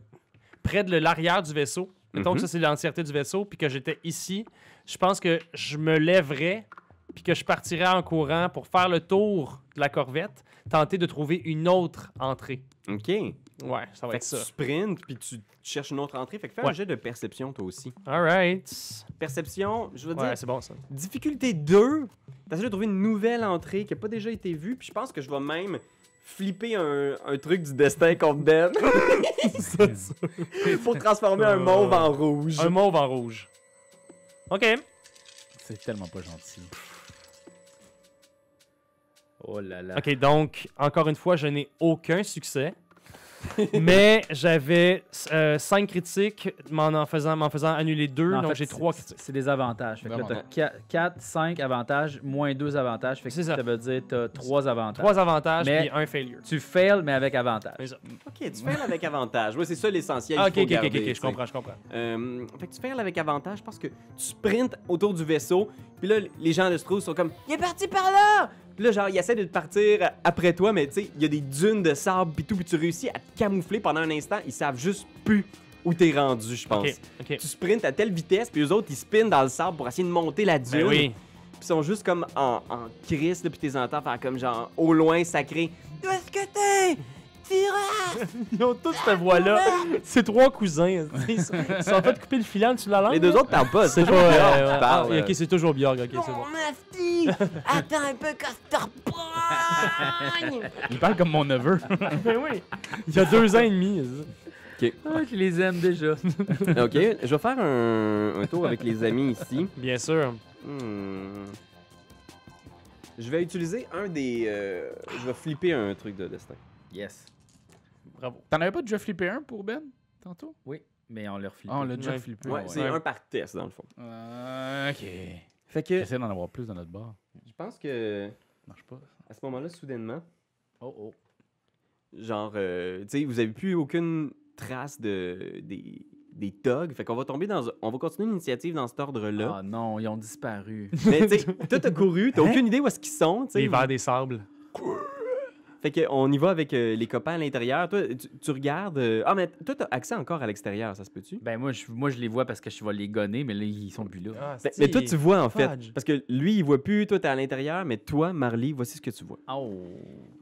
S2: près de l'arrière du vaisseau, mettons
S1: Mhm.
S2: que ça c'est l'entièreté du vaisseau, puis que j'étais ici, je pense que je me lèverais, puis que je partirais en courant pour faire le tour de la corvette, tenter de trouver une autre entrée.
S1: OK. Fait
S2: Ouais, ça va
S1: que
S2: être ça.
S1: tu sprintes, puis tu cherches une autre entrée. Fait que fais un
S2: Ouais.
S1: jet de perception, toi aussi.
S2: All right.
S1: Perception, je veux dire,
S2: Ouais, c'est bon ça.
S1: difficulté 2. T'as essayé de trouver une nouvelle entrée qui n'a pas déjà été vue, puis je pense que je vais même flipper un, un truc du destin contre Ben. Ça, ça. Pour transformer un mauve en rouge.
S2: Oh. Un mauve en rouge. OK.
S3: C'est tellement pas gentil. Oh là là. Oh
S2: OK, donc, encore une fois, je n'ai aucun succès. Mais j'avais 5 critiques, m'en en faisant, m'en faisant annuler 2,
S3: Non, en
S2: donc
S3: fait,
S2: j'ai
S3: c'est-
S2: 3 critiques.
S3: C'est c'est des avantages. Fait que là,
S4: Vraiment.
S3: t'as 4, 5 avantages, moins 2 avantages. Fait que
S2: C'est ça.
S3: ça veut dire t'as 3 avantages.
S2: 3 avantages
S3: Mais-
S2: puis un failure.
S3: Tu fails, mais avec avantage.
S1: Ok, tu fais avec avantage. Oui, c'est ça l'essentiel.
S2: Ah,
S1: qu'il
S2: ok,
S1: faut
S2: ok, ok,
S1: garder,
S2: ok,
S1: tu
S2: je
S1: sais.
S2: comprends, je comprends.
S1: Euh, fait que tu perds avec avantage parce que tu sprintes autour du vaisseau, puis là, les gens de Strauss sont comme « Il est parti par là! » Puis là, genre, ils essaient de te partir après toi, mais tu sais, il y a des dunes de sable puis tout, puis tu réussis à te camoufler pendant un instant. Ils savent juste plus où t'es rendu, je pense.
S2: Ok, ok. Ben
S1: Tu sprintes à telle vitesse, puis eux autres, ils spinent dans le sable pour essayer de monter la dune.
S2: Ben oui.
S1: Puis ils sont juste comme en, en crise, là, puis t'es entends faire comme genre au loin sacré. Où est-ce que t'es? Tira!
S2: Ils ont toute cette voix-là. C'est trois cousins. hein, Ils sont ils sont en train de couper le filant dessus de la langue.
S1: Les deux
S2: là.
S1: autres parlent pas,
S2: C'est pas.
S1: toujours Bjorg
S2: euh,
S1: qui
S2: ouais. Ah,
S1: parle.
S2: ok, c'est toujours Bjorg. Ok, c'est bon.
S5: Nasty Attends un peu, Castorpogne
S4: Il parle comme mon neveu.
S2: Ben oui. Il y a deux ans et demi. hein.
S3: Ah, je les aime déjà.
S1: Ok, je vais faire un, un tour avec les amis ici.
S2: Bien sûr.
S1: Hmm. Je vais utiliser un des. euh, je vais flipper un truc de destin.
S3: Yes.
S2: Bravo.
S4: T'en avais pas déjà flippé un pour Ben, tantôt?
S3: Oui, mais on leur flippe.
S4: Ah, on l'a déjà
S2: Ouais.
S4: flippé.
S1: Ouais, c'est
S2: ouais.
S1: un par test dans le fond.
S4: Euh, OK.
S1: Fait que
S4: J'essaie d'en avoir plus dans notre bar.
S1: je pense que
S4: Marche pas.
S1: à ce moment-là, soudainement,
S3: Oh, oh.
S1: genre, euh, tu sais, vous avez plus aucune trace de des des thugs. Fait qu'on va tomber dans. On va continuer l'initiative dans cet ordre-là.
S3: Ah non, ils ont disparu.
S1: Mais tu sais, toi t'as couru, t'as aucune idée où est-ce qu'ils sont. tu sais.
S2: Les vers des sables.
S1: Fait que on y va avec euh, les copains à l'intérieur. Toi, tu, tu regardes. euh, Ah mais toi t'as accès encore à l'extérieur, ça se peut-tu?
S3: ben moi je, moi, je les vois parce que je vais les gonner, mais là, ils sont plus là.
S2: Ah,
S1: Ben, mais toi, tu vois en fait.
S2: fudge.
S1: Parce que lui, il voit plus, toi, t'es à l'intérieur, mais toi, Marley, voici ce que tu vois.
S3: Oh.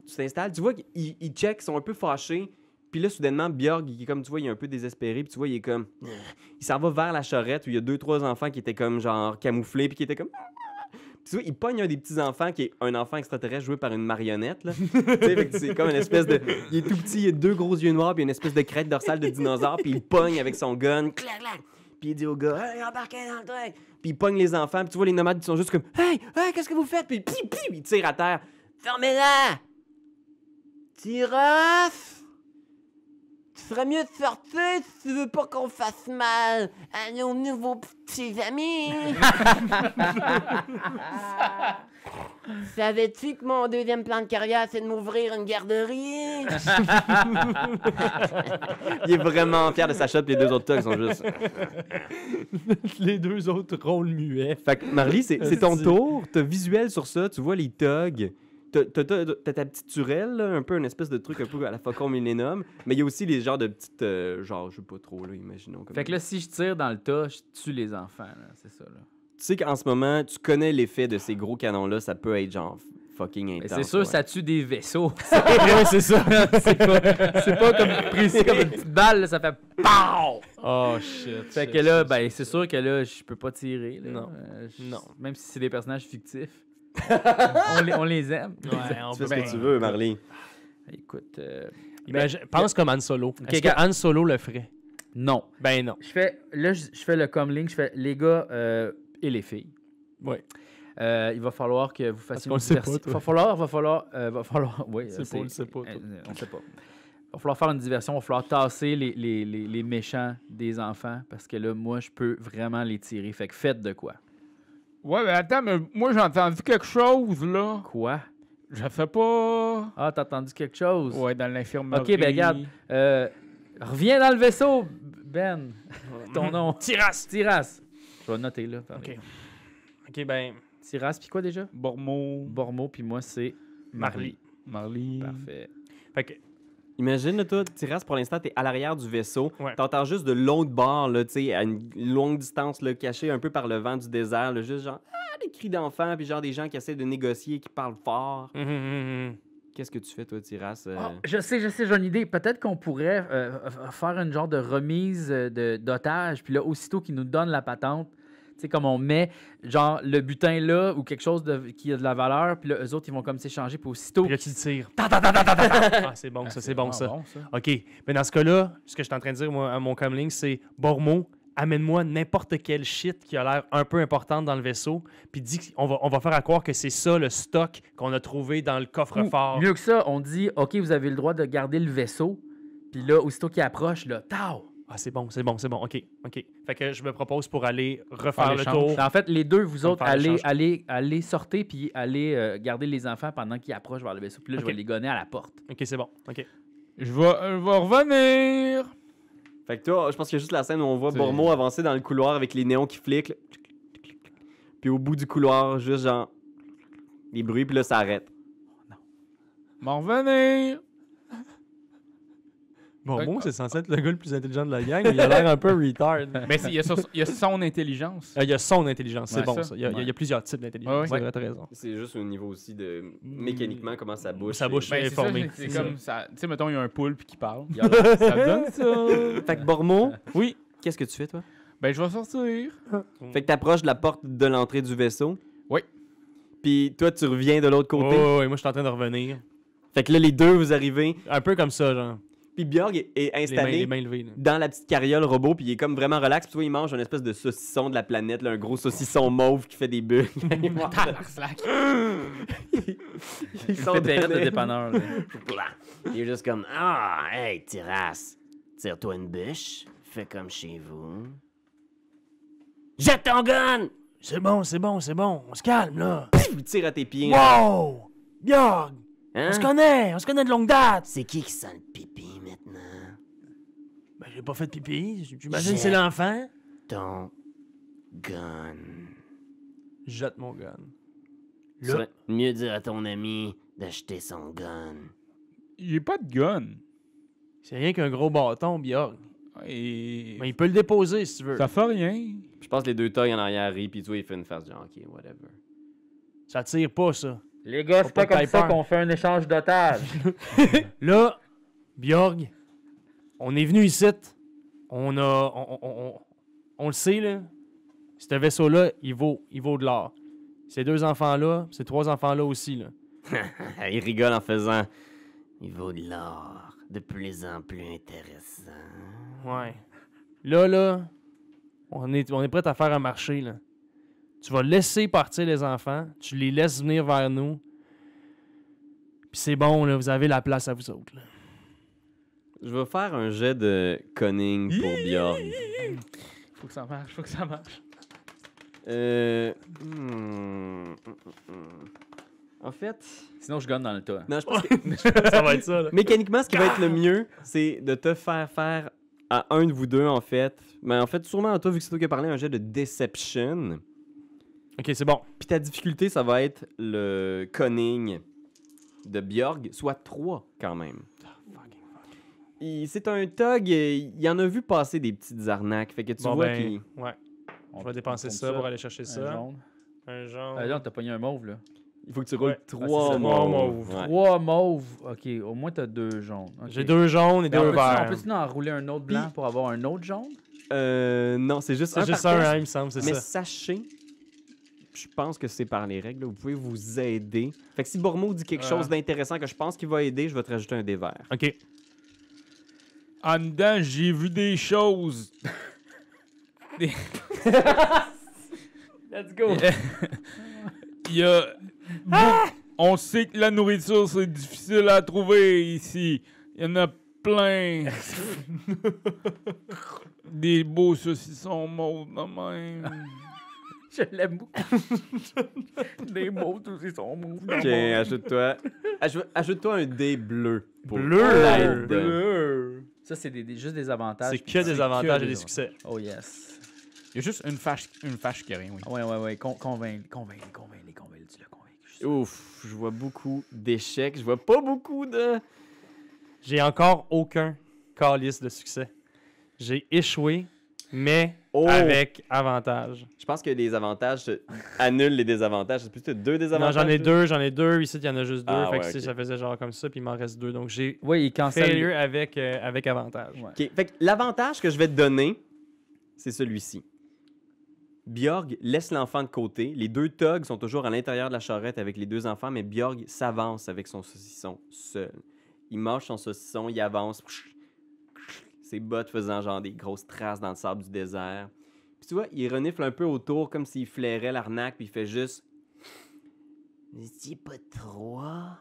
S1: Tu t'installes, tu vois qu'ils ils check, ils sont un peu fâchés. Puis là, soudainement, Bjorg, il est comme tu vois, il est un peu désespéré. Puis tu vois, il est comme. Il s'en va vers la charrette où il y a deux, trois enfants qui étaient comme genre camouflés, puis qui étaient comme. Ah! Puis tu vois, il pogne un des petits enfants qui est un enfant extraterrestre joué par une marionnette. Là. tu sais, fait que c'est comme une espèce de. Il est tout petit, il a deux gros yeux noirs, puis une espèce de crête dorsale de dinosaure, puis il pogne avec son gun. Clac, clac. Puis il dit au gars, hey, embarquez dans le truc. Puis il pogne les enfants, puis tu vois, les nomades, ils sont juste comme, hey, hey, qu'est-ce que vous faites? Puis pli, pli, ils tirent à terre.
S5: Fermez-la Tiraf Tu ferais mieux de sortir si tu veux pas qu'on fasse mal à nos nouveaux petits amis Savais-tu que mon deuxième plan de carrière, c'est de m'ouvrir une garderie
S1: Il est vraiment fier de sa shot, puis les deux autres thugs sont juste.
S2: les deux autres rôles muets.
S1: Fait que Marley, c'est c'est ton tour. T'as visuel sur ça, tu vois les thugs. T'as- T'as t'as- t'as ta petite turelle, là, un peu une espèce de truc un peu à la Faucon Millennium. Mais il y a aussi les genres de petites. euh, genre, je sais pas trop, là, imaginons. Comme
S3: Fait que là, si je tire dans le tas, je tue les enfants, là. C'est ça, là.
S1: Tu sais qu'en ce moment, tu connais l'effet de ces gros canons-là, ça peut être genre fucking
S3: Mais
S1: intense.
S3: Ben, c'est sûr,
S1: ouais.
S3: ça tue des vaisseaux.
S2: ouais, c'est ça.
S3: c'est pas, c'est pas comme précis comme une petite balle, là, ça fait POW!
S2: Oh shit.
S3: Fait
S2: shit,
S3: que là,
S2: shit,
S3: ben, c'est sûr que là, je peux pas tirer. là.
S2: Non.
S3: Euh, je-
S2: Non.
S3: Même si c'est des personnages fictifs. on, les, on les aime.
S2: shit. Ouais, on
S1: Tu fais ce
S2: peut
S3: Ben,
S2: bien.
S1: que tu veux, Marley.
S3: Écoute, euh,
S2: Imagine- pense comme Han Solo. Est-ce que
S3: regarde.
S2: Han Solo le ferait?
S3: non.
S2: Ben non.
S3: Je fais, là, je, je fais le comlink, je fais les gars euh, et les filles.
S2: Ouais.
S3: Euh, il va falloir que vous fassiez
S2: qu'on
S3: une
S2: le sait pas,
S3: diversion.
S2: toi.
S3: va falloir, va falloir, euh, va falloir. Oui,
S2: C'est
S3: euh,
S2: pas, on le sait pas, toi.
S3: euh, on sait pas. Va falloir faire une diversion, va falloir tasser les, les, les, les méchants des enfants parce que là, moi, je peux vraiment les tirer. Fait que faites de quoi.
S4: Ouais, mais attends, mais moi j'ai entendu quelque chose là.
S3: Quoi?
S4: Je sais pas.
S3: Ah, t'as entendu quelque chose?
S4: Ouais, dans l'infirmerie.
S3: Ok, ben, regarde. Euh, reviens dans le vaisseau, Ben.
S2: Mm-hmm.
S3: Ton nom. Tiras. Tiras. Je vais le noter là. pareil.
S2: Mhm. Ok. Ok, ben.
S3: Tiras, puis quoi déjà?
S4: Bormo,
S3: Bormo, puis moi, c'est Marley.
S2: Marley.
S4: Marley.
S3: Parfait.
S2: Fait que,
S1: Imagine, là, toi, Tiras, pour l'instant, t'es à l'arrière du vaisseau.
S2: Ouais.
S1: T'entends juste de l'autre bord, là, tu sais, à une longue distance, là, caché un peu par le vent du désert, là, juste genre, ah, des cris d'enfants, puis genre des gens qui essaient de négocier, qui parlent fort.
S2: hum, hum, hum, hum.
S1: Qu'est-ce que tu fais, toi, Tiras? euh?
S3: Ah, je sais, je sais, j'ai une idée. Peut-être qu'on pourrait euh, euh, faire une genre de remise euh, de- d'otages, puis là, aussitôt qu'ils nous donnent la patente, tu sais, comme on met, genre, le butin là ou quelque chose de- qui a de la valeur, puis là, eux autres, ils vont comme s'échanger, puis aussitôt.
S2: Puis là, tu le tires. Ta, ta, ta, ta, ta, ta. Ah, c'est bon, ça, c'est bon, ça. OK. Mais dans ce cas-là, ce que je suis en train de dire moi, à mon comlink, c'est Bormo, amène-moi n'importe quel shit qui a l'air un peu importante dans le vaisseau, puis dis qu'on va, on va faire à croire que c'est ça le stock qu'on a trouvé dans le
S3: Ou,
S2: coffre-fort.
S3: Mieux que ça, on dit OK, vous avez le droit de garder le vaisseau. Puis là, aussitôt qu'il approche, là, tao!
S2: Ah, c'est bon, c'est bon, c'est bon. OK, OK. Fait que je me propose pour aller
S4: Faire
S2: refaire le
S4: l'échange.
S2: tour.
S3: Ben, En fait, les deux, vous
S2: On
S3: autres,
S2: Oh. va faire
S3: allez,
S2: l'échange.
S3: allez, allez sortez puis allez euh, garder les enfants pendant qu'ils approchent vers le vaisseau. Puis là,
S2: Ok.
S3: je vais les gonner à la porte.
S2: OK, c'est bon. OK.
S4: Je vais, euh, je vais revenir.
S1: Fait que toi, je pense qu'il y a juste la scène où on voit
S4: C'est-
S1: Bormo avancer dans le couloir avec les néons qui fliquent. là. Puis au bout du couloir, juste genre. Les bruits, puis là, ça arrête.
S4: Je vais revenir.
S2: Bon,
S4: Euh,
S2: moi, c'est censé être le gars le plus intelligent de la gang. mais Il a l'air un peu retard.
S4: Mais c'est- il y, a son- il y a son intelligence.
S2: Euh, Il y a son intelligence, c'est
S4: Ouais,
S2: bon
S4: ça.
S2: ça. Il y, a, il y a- il y a plusieurs types
S4: Ouais,
S2: d'intelligence,
S4: ouais.
S2: c'est vrai, t'as raison.
S1: C'est juste au niveau aussi de mécaniquement comment ça bouge.
S2: Hmm. Ça bouge.
S4: Ben, c'est ça,
S2: informé.
S4: c'est
S2: C'est
S4: comme ça. Tu sais, mettons, il y a un poule puis qui parle.
S1: Ça donne ça. fait que Bormo,
S2: Oui.
S1: qu'est-ce que tu fais, toi
S4: Ben, je vais sortir.
S1: Fait que t'approches de la porte de l'entrée du vaisseau.
S4: Oui.
S1: Puis toi, tu reviens de l'autre côté.
S2: Oh, ouais, moi, je suis en train de revenir.
S1: Fait que là, les deux, vous arrivez.
S2: Un peu comme ça, genre.
S1: Puis Bjorg est- est
S2: Les mains,
S1: installé.
S2: les mains levées. là.
S1: dans la petite carriole robot, puis il est comme vraiment relax. Puis toi, il mange un espèce de saucisson de la planète, là, un gros saucisson mauve qui fait des bulles.
S4: Tabarnak.
S1: Ils
S3: Une pépérette de dépanneur. là.
S5: Il est juste comme Ah, hey, terrasse, tire-toi une bûche, fais comme chez vous. Jette ton gun!
S2: C'est bon, c'est bon, c'est bon. On se calme, là.
S1: Vous tire à tes pieds.
S2: Wow! Bjorg!
S5: Hein?
S2: On se connaît! On se connaît de longue date!
S5: C'est qui qui sent le pipi maintenant?
S2: Ben, j'ai pas fait de pipi. J'imagine
S5: que
S2: que
S5: c'est
S2: c'est l'enfant.
S5: Ton gun.
S2: Jette mon gun.
S5: Tu serais mieux dire à ton ami d'acheter son gun.
S4: J'ai pas de gun.
S2: C'est rien qu'un gros bâton, Bjorg.
S4: Et...
S2: Mais il peut le déposer, si tu veux. Ça,
S4: Ça fait rien.
S1: Je pense que les deux tailles en arrière rient, puis toi, il fait une face genre, OK, whatever.
S2: tire pas, ça.
S3: Les gars,
S2: Faut pas que t'aies peur.
S3: fait un échange d'otages.
S2: Là, Bjorg, on est venu ici. On a. On, on- on- on le sait, là. Ce vaisseau-là, il vaut, il vaut de l'or. Ces deux enfants-là, ces trois enfants-là aussi, là.
S1: il rigole en faisant.
S5: Il vaut de l'or, de plus en plus intéressant.
S2: Ouais. Là, là, on est, on est prêt à faire un marché, là. Tu vas laisser partir les enfants, tu les laisses venir vers nous. Puis c'est bon, là, vous avez la place à vous autres. là.
S1: Je vais faire un jet de conning pour Bjorn.
S4: Faut que ça marche, faut que ça marche.
S1: Euh. hmm, hmm, hmm. En fait.
S3: Sinon, je gonne dans le tas.
S1: Non, je pense que
S2: ça va être ça, là.
S1: Mécaniquement, ce qui va être le mieux, c'est de te faire faire à un de vous deux, en fait. Mais en fait, sûrement à toi, vu que c'est toi qui as parlé, un jet de Deception.
S2: Ok, c'est bon.
S1: Puis ta difficulté, ça va être le conning de Bjorg, soit 3 quand même.
S2: Ah,
S1: Il- C'est un tog, euh, il en a vu passer des petites arnaques. Fait que tu
S2: Bon,
S1: vois
S2: ben,
S1: qu'il.
S2: ouais.
S3: On
S2: Je vais dépenser
S3: on compte
S2: ça pour aller chercher
S3: Un
S2: ça.
S3: jaune.
S2: Un jaune.
S3: Ah, là, on t'a pogné un mauve, là.
S1: Il faut que tu roules
S2: Ouais. Ah, c'est
S1: 3
S2: ça,
S1: morts.
S2: trois mauves.
S1: Ouais.
S3: Trois mauves. OK, au moins, t'as deux jaunes. OK.
S2: J'ai deux jaunes et
S3: Ben,
S2: deux
S3: on peut-tu-
S2: verts.
S3: On peut-tu en rouler un autre blanc pour avoir un autre jaune?
S1: Euh, non, c'est juste un
S2: C'est juste
S1: par
S2: ça,
S1: test.
S2: hein, il me semble, c'est
S1: Mais
S2: ça.
S1: sachez, je pense que c'est par les règles, là, vous pouvez vous aider. Fait que si Bormo dit quelque
S2: Ouais.
S1: chose d'intéressant que je pense qu'il va aider, je vais te rajouter un dé vert.
S2: Ok.
S4: En dedans, j'ai vu des choses.
S3: Let's go!
S4: Il y a. On sait que la nourriture, c'est difficile à trouver ici. Il y en a plein. des beaux saucissons mauves de même.
S3: je l'aime beaucoup. Des mauves, tous ils sont mauves.
S1: Ok, ajoute-toi. ajou- Ajoute-toi un dé bleu. pour
S2: Bleu!
S1: l'aide.
S3: Ça, c'est des- des- juste des avantages.
S2: C'est
S3: puis
S2: que des
S3: c'est
S2: avantages
S3: que
S2: et des
S3: des
S2: succès.
S3: Oh yes. Ah,
S4: Il y a juste une fâche, une fâche qui a rien, oui.
S3: Ouais, ouais, ouais. Con convainc, convainc, convainc, convainc, tu l'as convaincu. Je sais.
S1: Ouf, je vois beaucoup d'échecs, je vois pas beaucoup de.
S2: J'ai encore aucun calice de succès. J'ai échoué, mais
S1: Oh!
S2: avec avantage.
S1: Je pense que les avantages se- annulent les désavantages. C'est plutôt deux
S2: Non,
S1: désavantages.
S2: j'en ai deux, j'en ai deux. Ici, il y en a juste deux.
S1: hein? Ah,
S2: fait que
S1: ouais,
S2: si
S1: ok.
S2: ça faisait genre comme ça, puis il m'en reste deux. Donc j'ai
S3: Oui, il cancelle.
S2: failure avec, euh, avec avantage.
S3: Ouais.
S1: Ok, fait que l'avantage que je vais te donner, c'est celui-ci. Bjorg laisse l'enfant de côté. Les deux togs sont toujours à l'intérieur de la charrette avec les deux enfants, mais Bjorg s'avance avec son saucisson seul. Il mange son saucisson, il avance. Ses bottes faisant genre des grosses traces dans le sable du désert. Puis tu vois, il renifle un peu autour comme s'il flairait l'arnaque, puis il fait juste.
S5: Vous étiez pas trois?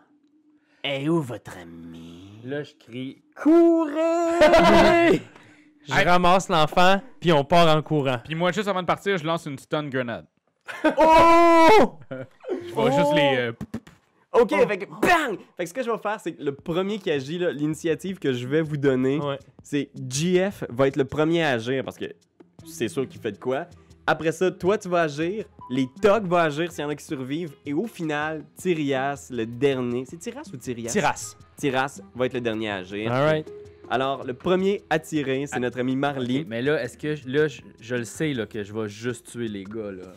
S1: Eh,
S5: Et où votre ami?
S3: Là, je crie.
S1: Courez!
S2: Je
S4: Hey.
S2: ramasse l'enfant, puis on part en courant.
S4: Puis moi, juste avant de partir, je lance une stun grenade.
S2: Oh!
S4: Je vais juste les. euh,
S1: OK, fait que bang! Fait que ce que je vais faire, c'est que le premier qui agit, là, l'initiative que je vais vous donner,
S2: Ouais.
S1: c'est GF va être le premier à agir parce que c'est sûr qu'il fait de quoi. Après ça, toi, tu vas agir, les Togs vont agir s'il y en a qui survivent, et au final, Tyrias, le dernier. C'est Tyras ou Tyrias?
S2: Tirasse.
S1: Tyras va être le dernier à agir.
S2: All right.
S1: Alors, le premier à tirer, c'est notre ami Marley.
S3: Mais là, est-ce que je- là, je, je le sais là, que je vais juste tuer les gars là.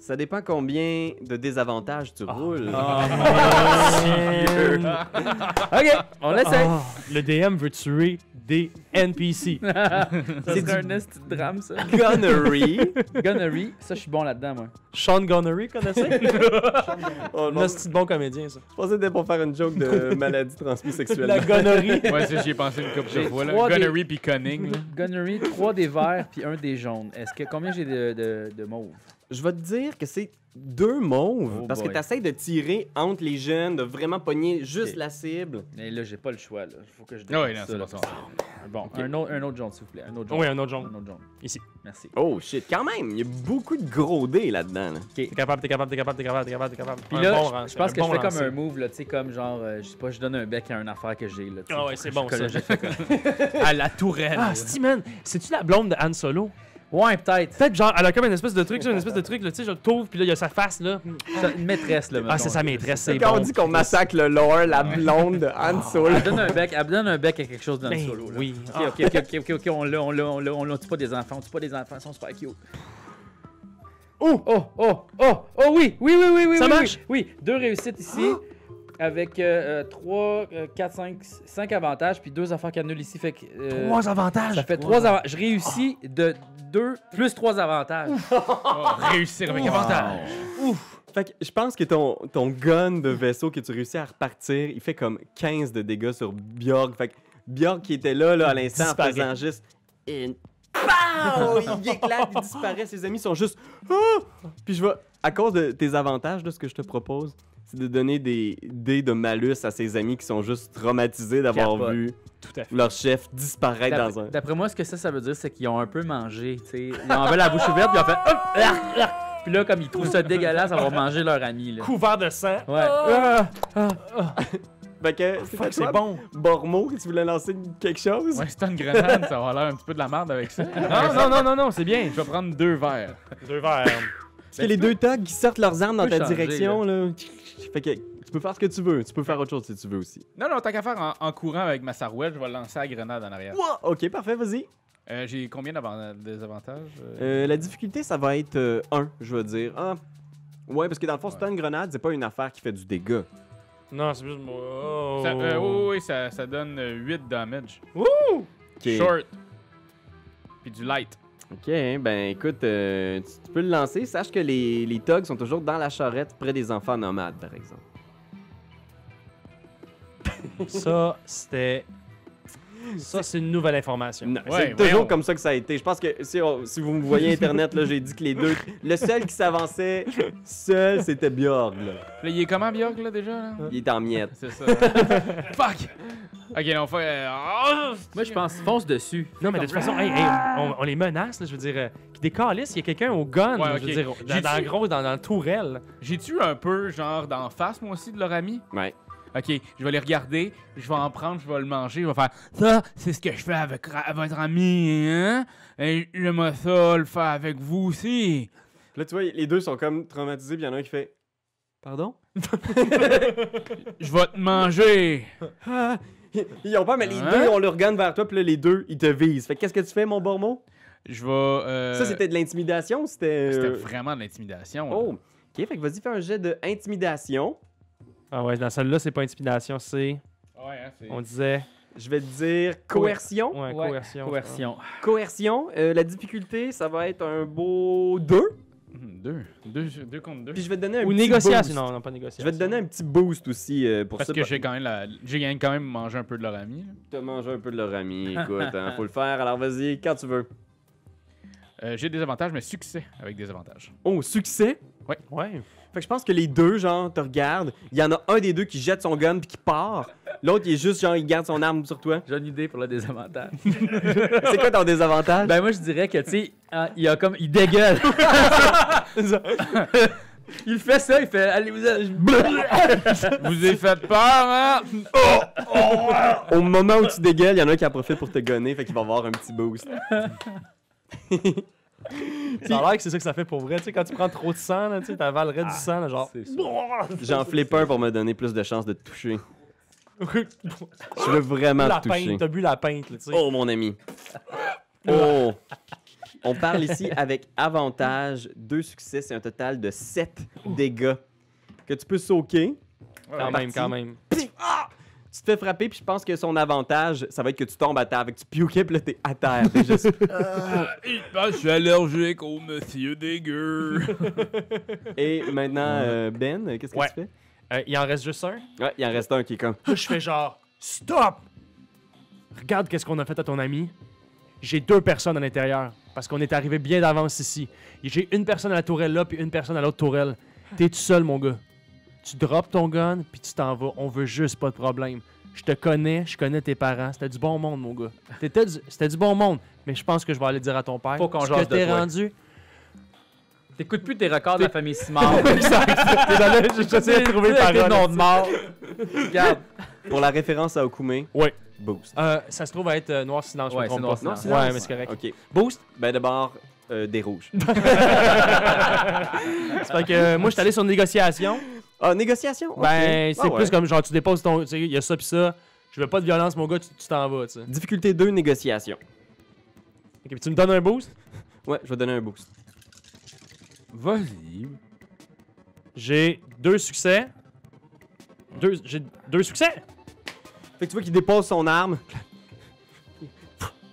S1: Ça dépend combien de désavantages tu roules.
S3: Ok, on essaie.
S2: Oh, le DM veut tuer des NPC.
S3: c'est
S1: du-
S3: un esti de drame ça.
S1: Gunnery.
S3: Gunnery, ça je suis bon là-dedans moi.
S2: Sean Gunnery, connaissez?
S1: Oh, non,
S2: Un petit bon comédien, ça.
S1: je pensais que c'était pour faire une joke de maladie transmise sexuelle.
S2: La gonnerie.
S4: Ouais, ça, j'y ai pensé une couple de
S3: J'ai
S4: fois. Là.
S3: trois des-
S4: Gunnery puis Cunning. là.
S3: Gunnery, 3 des verts puis un des jaunes. Est-ce que combien j'ai de, de, de mauves?
S1: Je vais te dire que c'est deux mauves
S3: Oh
S1: parce que
S3: boy.
S1: tu de tirer entre les jeunes, de vraiment pogner juste
S3: Ok.
S1: la cible.
S3: Mais là, j'ai pas le choix là. Faut que je
S4: Ah Ouais,
S3: dépense
S4: non,
S3: ça,
S4: c'est pas
S3: là.
S4: ça.
S3: Bon, un autre un autre jaune s'il vous plaît, un autre jaune.
S2: Oui, un autre
S3: Un
S2: jaune.
S3: autre jaune.
S2: Ici.
S3: Merci.
S1: Oh shit, quand même, il y a beaucoup de gros dés là-dedans. là.
S2: T'es capable, t'es capable, t'es capable, t'es capable, t'es capable, t'es capable.
S3: Puis
S2: Un
S3: là,
S2: bon
S3: je-
S2: ran-
S3: je pense que
S2: bon
S3: je fais
S2: lancer.
S3: comme un move, là, tu sais, comme genre, euh, je sais pas, je donne un bec à une affaire que j'ai, là. tu sais.
S2: Ah ouais, c'est bon,
S3: Je-
S2: ça.
S3: je fais comme-
S4: À la tourelle.
S2: Ah, si, man, c'est-tu la blonde de Han Solo?
S3: Ouais, peut-être.
S2: Peut-être genre, elle a comme une espèce de truc, ça, une espèce de truc, là, tu sais, je le trouve, puis là, il y a sa face, là.
S3: Ça- Une maîtresse, là,
S2: Ah,
S3: mettons.
S2: c'est sa maîtresse, c'est
S1: Quand
S2: bon.
S1: on dit qu'on massacre le lore, la blonde de Han Solo.
S3: Elle donne un bec, elle donne un bec à quelque chose dans le
S2: Ben
S3: solo, là.
S2: oui.
S3: Ok, ok, ok, ok, ok, ok, on l'a, on l'a, on l'a, on l'a, on tue pas des enfants, on tue pas des enfants, ils sont super cute. Oh, oh, oh, oh, oh, oui, oui, oui, oui, oui.
S2: Ça
S3: oui,
S2: marche?
S3: Oui, oui. deux réussites ici, avec euh, 3, 4, 5, 5 avantages, puis deux affaires qui annulent ici, fait que. euh,
S2: Trois avantages.
S3: Ça fait trois avantages. Je réussis de 2 plus 3 avantages.
S4: Oh, réussir avec avantage.
S1: Fait que je pense que ton, ton gun de vaisseau que tu réussis à repartir, il fait comme 15 de dégâts sur Bjorg. Fait que Bjorg qui était là, là à l'instant en
S2: Disparaît.
S1: faisant juste une... Pow! Il éclate, il disparaît, ses amis sont juste... Ah! Puis je vais... À cause de tes avantages, là, ce que je te propose, c'est de donner des dés de malus à ses amis qui sont juste traumatisés d'avoir
S3: Capote.
S1: vu
S2: Tout à fait.
S1: leur chef disparaître dans un...
S3: D'après d'après moi, ce que ça, ça veut dire, c'est qu'ils ont un peu mangé. tu sais. Ils en veulent la bouche ouverte, puis ils ont fait. Hop, arc, arc. Puis là, comme ils trouvent ça dégueulasse, avoir mangé leur ami. Là.
S2: Couvert de sang.
S3: Ouais.
S1: Fait que
S2: Ah, Fuck,
S1: c'était
S2: c'est
S1: toi,
S2: bon.
S1: Bormo, que tu voulais lancer quelque chose?
S4: Ouais, stun grenade, ça va l'air un petit peu de la merde avec ça.
S2: Non, non, non, non, non, c'est bien.
S4: Je vais prendre deux verres.
S2: Deux verres.
S1: Parce que les deux togs qui sortent leurs armes dans
S3: Tu peux
S1: ta
S3: changer,
S1: direction, là. Fait que tu peux faire ce que tu veux. Tu peux faire autre chose si tu veux aussi.
S4: Non, non, tant qu'à faire en, en courant avec ma sarouette, je vais lancer la grenade en arrière.
S1: Ouah! Ok, parfait, vas-y.
S4: Euh, J'ai combien d'avan- des avantages euh?
S1: Euh, la difficulté, ça va être 1, je veux dire. Ah. Ouais, parce que dans le fond, si t'as une grenade, c'est pas une affaire qui fait du dégât.
S2: Non, c'est juste. Oh.
S4: Ça- euh, oui, oui, oui, ça, ça donne 8 damage.
S1: Ok.
S4: Short. Puis du light.
S1: Ok, ben écoute, euh, tu, tu peux le lancer. Sache que les, les togs sont toujours dans la charrette près des enfants nomades, par exemple.
S2: Ça, c'était. Ça, c'est une nouvelle information.
S1: Non,
S4: Ouais,
S1: c'est toujours
S4: voyons.
S1: comme ça que ça a été. Je pense que si, on- si vous me voyez Internet, là, j'ai dit que les deux. Le seul qui s'avançait seul, c'était Bjorg, là.
S4: Là, il est comment, Bjork, là, déjà? là?
S1: Il est en miettes.
S4: C'est ça. Fuck! Ok, là, on fait... euh, oh,
S3: Moi, je pense, fonce dessus.
S2: Non, mais de toute façon, hey, hey, on, on les menace, là, je veux dire. euh, Qui décalissent, il y a quelqu'un au gun,
S4: Ouais,
S2: je
S4: ok.
S2: veux dire, dans,
S4: J'ai
S2: dans,
S4: dit-
S2: gros, dans, dans le tourelle.
S4: J'ai-tu un peu, genre, d'en face, moi aussi, de leur ami?
S1: Ouais.
S4: Ok, je vais les regarder, je vais en prendre, je vais le manger, je vais faire ça, c'est ce que je fais avec ra- votre ami, hein? Et j'aimerais ça le faire avec vous aussi.
S1: Là, tu vois, les deux sont comme traumatisés, puis il y en a un qui fait Pardon
S4: Je vais te manger.
S1: Ah! Ils- Ils ont pas, mais les
S4: Hein?
S1: deux ont leur gun vers toi, puis là, les deux, ils te visent. Fait que qu'est-ce que tu fais, mon bormon
S4: Je vais. euh,
S1: Ça, c'était de l'intimidation ou c'était.
S4: C'était
S1: euh,
S4: vraiment de l'intimidation. là.
S1: Oh Ok, fait que vas-y, fais un jet de intimidation.
S2: Ah ouais, dans celle-là, c'est pas intimidation, c'est.
S4: Ouais, hein, c'est-
S2: On disait.
S1: Je vais te dire coercion.
S2: Ouais,
S3: Ouais,
S2: coercion.
S3: Coercion.
S1: Coercion, euh, la difficulté, ça va être un beau 2.
S4: Hmm, Deux. deux. Deux contre deux.
S1: Puis je vais te donner un
S2: Ou
S1: petit
S2: négociation.
S1: boost.
S2: Non, non, pas négociation.
S1: Je vais te donner un petit boost aussi euh, pour
S4: Parce
S1: ça.
S4: que j'ai quand même la... j'ai gagné quand même mangé un peu de leur ami. là.
S1: te manger un peu de leur ami. Écoute, hein, faut le faire. Alors vas-y, quand tu veux.
S4: Euh, j'ai des avantages, mais succès avec des avantages.
S1: Oh, succès
S2: Ouais.
S1: Fait que je pense que les deux, genre, te regardent. Il y en a un des deux qui jette son gun puis qui part. L'autre, il est juste, genre, il garde son arme sur toi.
S3: J'ai une idée pour le désavantage.
S1: C'est quoi ton désavantage?
S3: ben moi je dirais que tu sais, hein, il a comme il dégueule. il fait ça, il fait allez vous
S4: Vous avez fait peur, hein?
S1: Au moment où tu dégueules, il y en a un qui en profite pour te gonner, fait qu'il va avoir un petit boost.
S2: Ça a l'air que c'est ça que ça fait pour vrai. Tu sais, quand tu prends trop de sang, là, tu sais, t'avalerais
S1: Ah,
S2: du sang, là, genre.
S1: J'en flippe un pour me donner plus de chances de te toucher. Je veux vraiment
S2: la
S1: te toucher.
S2: peinte, t'as bu la peinte, là, tu sais.
S1: Oh, mon ami. Oh. On parle ici avec avantage, deux succès, c'est un total de 7 dégâts que tu peux soaker.
S2: quand même, quand même.
S1: Tu te fais frapper, puis je pense que son avantage, ça va être que tu tombes à terre, avec tu puke, puis là, t'es à terre. T'es juste-
S4: je suis allergique au monsieur dégueu.
S1: Et maintenant, euh, Ben, qu'est-ce que
S2: Ouais.
S1: tu fais?
S2: Euh, il en reste juste un.
S1: Ouais, il en reste un qui est comme...
S2: Là, je fais genre Stop Regarde qu'est-ce qu'on a fait à ton ami. J'ai deux personnes à l'intérieur parce qu'on est arrivé bien d'avance ici. J'ai une personne à la tourelle là puis une personne à l'autre tourelle. T'es tout seul, mon gars. Tu drops ton gun puis tu t'en vas. On veut juste pas de problème. Je te connais, je connais tes parents. C'était du bon monde, mon gars. T'étais du- C'était du bon monde. Mais je pense que je vais aller dire à ton père
S3: Faut qu'on
S2: ce
S3: jase
S2: que
S3: de
S2: t'es
S3: toi.
S2: rendu.
S3: T'écoutes plus tes records de la famille Simard.
S2: Désolé, j'essayais de trouver une
S3: le
S2: parole.
S3: nom de mort. Regarde.
S1: Pour la référence à Okume,
S2: Ouais.
S1: boost.
S2: Euh, ça se trouve à être euh, noir silence, je
S3: Ouais,
S2: me trompe
S3: c'est Noir
S2: pas.
S3: Silence.
S2: Ouais, mais c'est correct.
S1: OK.
S2: Boost,
S1: Ben d'abord, euh, des rouges.
S2: C'est fait que euh, moi, je suis allé sur négociation.
S1: Ah, négociation? ok.
S2: Ben, c'est
S1: Ah ouais.
S2: plus comme genre, tu déposes ton. Tu sais, il y a ça pis ça. Je veux pas de violence, mon gars, tu tu t'en vas, tu sais.
S1: Difficulté 2, négociation.
S2: Ok, pis tu me donnes un boost.
S1: Ouais, je vais donner un boost.
S4: Vas-y.
S2: J'ai deux succès. Deux, j'ai deux succès!
S1: Fait que tu vois qu'il dépose son arme. Clac.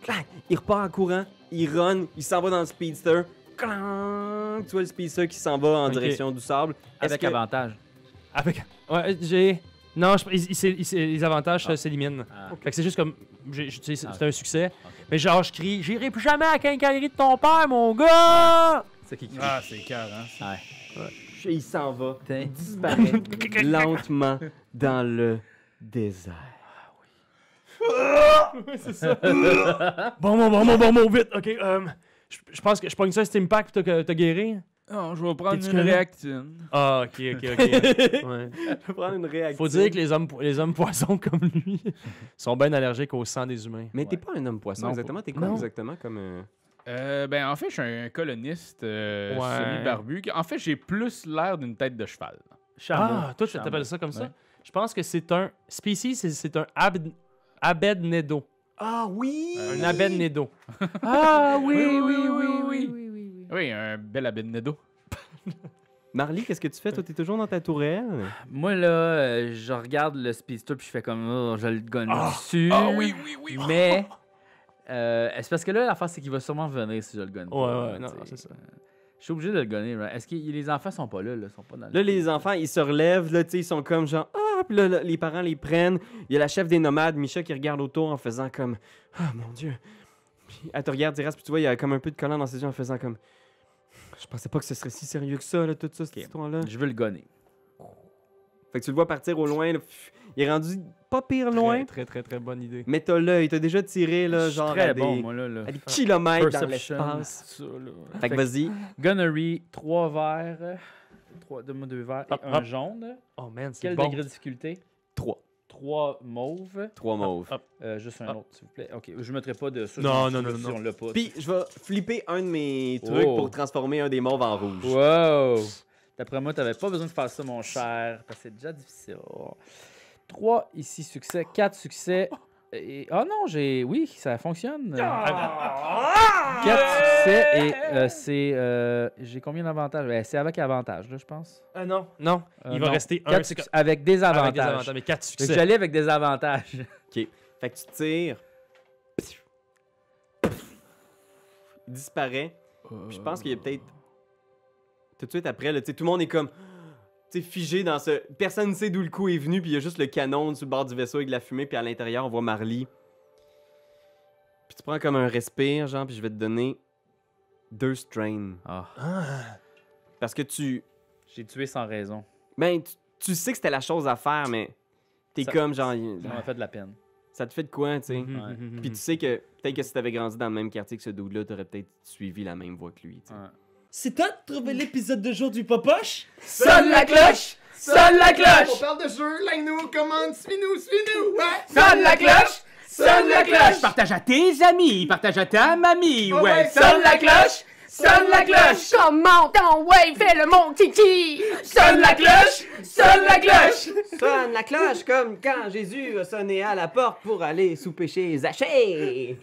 S1: Clac. Il repart en courant, il run, il s'en va dans le speedster. Clang. Tu vois le speedster qui s'en va en
S2: Ok.
S1: direction du sable. Est-ce
S3: Avec
S1: que-
S3: avantage.
S2: Avec. Ouais, j'ai. Non, je- ils- ils s'é- ils s'é- les avantages euh, s'éliminent.
S3: Ah.
S2: Fait que c'est juste comme. j'ai- j'ai- tu sais,
S3: Ah,
S2: C'est un succès.
S3: Ok.
S2: Mais genre, je crie J'irai plus jamais à la quincaillerie de ton père, mon gars!
S3: C'est qui qui
S4: Ah, c'est cœur, hein?
S1: Et Il s'en va
S3: Putain.
S1: lentement dans le désert.
S2: Bon, bon, bon, bon, bon, bon, vite! Ok, euh, je je pense que je pogne ça, Steam Pack, pis t'as t'as guéri?
S4: Non, je vais prendre
S2: T'es-tu
S4: une
S2: correct?
S4: réactine.
S2: Ah, ok, ok, ok. ouais.
S1: Je vais prendre une réaction.
S2: Faut dire que les hommes, po- les hommes poissons comme lui sont bien allergiques au sang des humains.
S1: Mais t'es pas un homme poisson
S4: Non,
S1: exactement, t'es quoi
S2: non.
S1: exactement comme... euh,
S4: Euh, ben, en fait, je suis un coloniste euh,
S2: Ouais.
S4: semi-barbu. En fait, j'ai plus l'air d'une tête de cheval.
S2: Ah, toi, tu t'appelles ça comme ça? Je pense que c'est un. Species, c'est- c'est un ab... abednedo.
S1: Ah oui!
S2: Un abednedo.
S3: Ah oui,
S4: Oui, un bel abednedo.
S1: Marley, qu'est-ce que tu fais? Toi, t'es toujours dans ta tourelle?
S3: Moi là, euh, je regarde le speedster puis je fais comme oh, je le gonne
S2: Ah.
S3: dessus.
S4: Ah oui, oui.
S3: Mais euh, c'est parce que là l'affaire c'est qu'il va sûrement venir si je le gonne.
S2: Ouais,
S3: pas,
S2: ouais, non,
S3: t'sais.
S2: non, c'est ça.
S3: Je suis obligé de le gonner. right? Est-ce que les enfants sont pas là, là, sont pas dans le-
S1: Là, les enfants, ils se relèvent, là, tu sais, ils sont comme genre, ah, puis là, là, les parents les prennent. Il y a la chef des nomades, Micha, qui regarde autour en faisant comme, ah, mon Dieu. Puis elle te regarde, Diras, puis tu vois, il y a comme un peu de collant dans ses yeux en faisant comme, je pensais pas que ce serait si sérieux que ça, là, tout ça, cette
S3: Ok.
S1: histoire-là.
S3: Je veux le gonner.
S1: Fait que tu le vois partir au loin, là, pff, il est rendu pas pire loin,
S2: Très, très, très, très bonne idée.
S1: mais t'as l'œil, t'as déjà tiré, là,
S3: Je suis
S1: genre,
S3: très
S1: à des,
S3: bon, moi là. là.
S1: à des kilomètres dans
S3: Perception. Ah.
S1: l'espace.
S3: ça, là.
S1: Fait que
S3: Fait que
S1: vas-y.
S3: Gunnery, 3 verres. euh, Trois, donne-moi deux verres
S2: Hop,
S3: et un
S2: hop.
S3: jaune.
S2: Oh man, Ah, c'est
S3: Quel
S2: bon.
S3: degré de difficulté?
S1: Trois.
S3: 3 mauves.
S1: Trois mauves.
S2: hop.
S3: Euh, juste un
S2: Ah.
S3: autre, s'il vous plaît. Ok, je ne mettrai pas de ça.
S2: Non,
S3: je-
S2: non,
S3: je-
S2: non,
S3: si
S2: non.
S3: on l'a pas.
S1: Puis je vais flipper un de mes trucs
S3: Oh.
S1: pour transformer un des mauves en rouge.
S3: Wow! D'après moi, tu n'avais pas besoin de faire ça, mon cher, parce que c'est déjà difficile. 3 ici, succès. 4 succès. Et... Oh non, j'ai. Oui, ça fonctionne. 4 succès et euh, c'est. euh, J'ai combien d'avantages? Ben, c'est avec avantage, là, je pense.
S2: Ah non, non.
S3: Euh,
S2: Il va
S3: non.
S2: rester un
S3: Quatre
S2: succès.
S3: succès- Avec des avantages.
S2: Avec des avantages, mais quatre
S3: Fait que
S2: succès.
S3: J'allais avec des avantages.
S1: Fait que tu tires. Il disparaît. Puis je pense qu'il y a peut-être. Tout de suite après, là, tu sais, tout le monde est comme. Tu sais, figé dans ce. Personne ne sait d'où le coup est venu, puis il y a juste le canon sur le bord du vaisseau avec de la fumée, puis à l'intérieur, on voit Marley. Puis tu prends comme un respire, genre, puis je vais te donner deux strains.
S3: Ah.
S1: Parce que tu.
S3: J'ai tué sans raison.
S1: Ben, tu, tu sais que c'était la chose à faire, mais t'es
S3: Ça-
S1: comme genre.
S3: Ça m'a fait de la peine.
S1: Ça te fait de quoi, tu sais?
S2: Mhm,
S3: Ouais.
S2: mhm,
S1: Puis
S2: mhm.
S1: tu sais que peut-être que si t'avais grandi dans le même quartier que ce dude-là, t'aurais peut-être suivi la même voie que lui. tu sais.
S3: Ouais.
S6: C'est toi de trouver l'épisode de jour du Popoche?
S1: Sonne la cloche! Sonne la cloche!
S7: parle de jeu, like-nous, commande, suis-nous, suis-nous, ouais!
S1: Sonne la cloche! Sonne la cloche!
S4: Partage à tes amis, partage à ta mamie, ouais.
S1: Sonne la cloche! Sonne la cloche!
S5: Comment t'en wave, fais le mon titi!
S1: Sonne la cloche! Sonne la cloche!
S7: Sonne la cloche comme quand Jésus a sonné à la porte pour aller sous péché Zachée!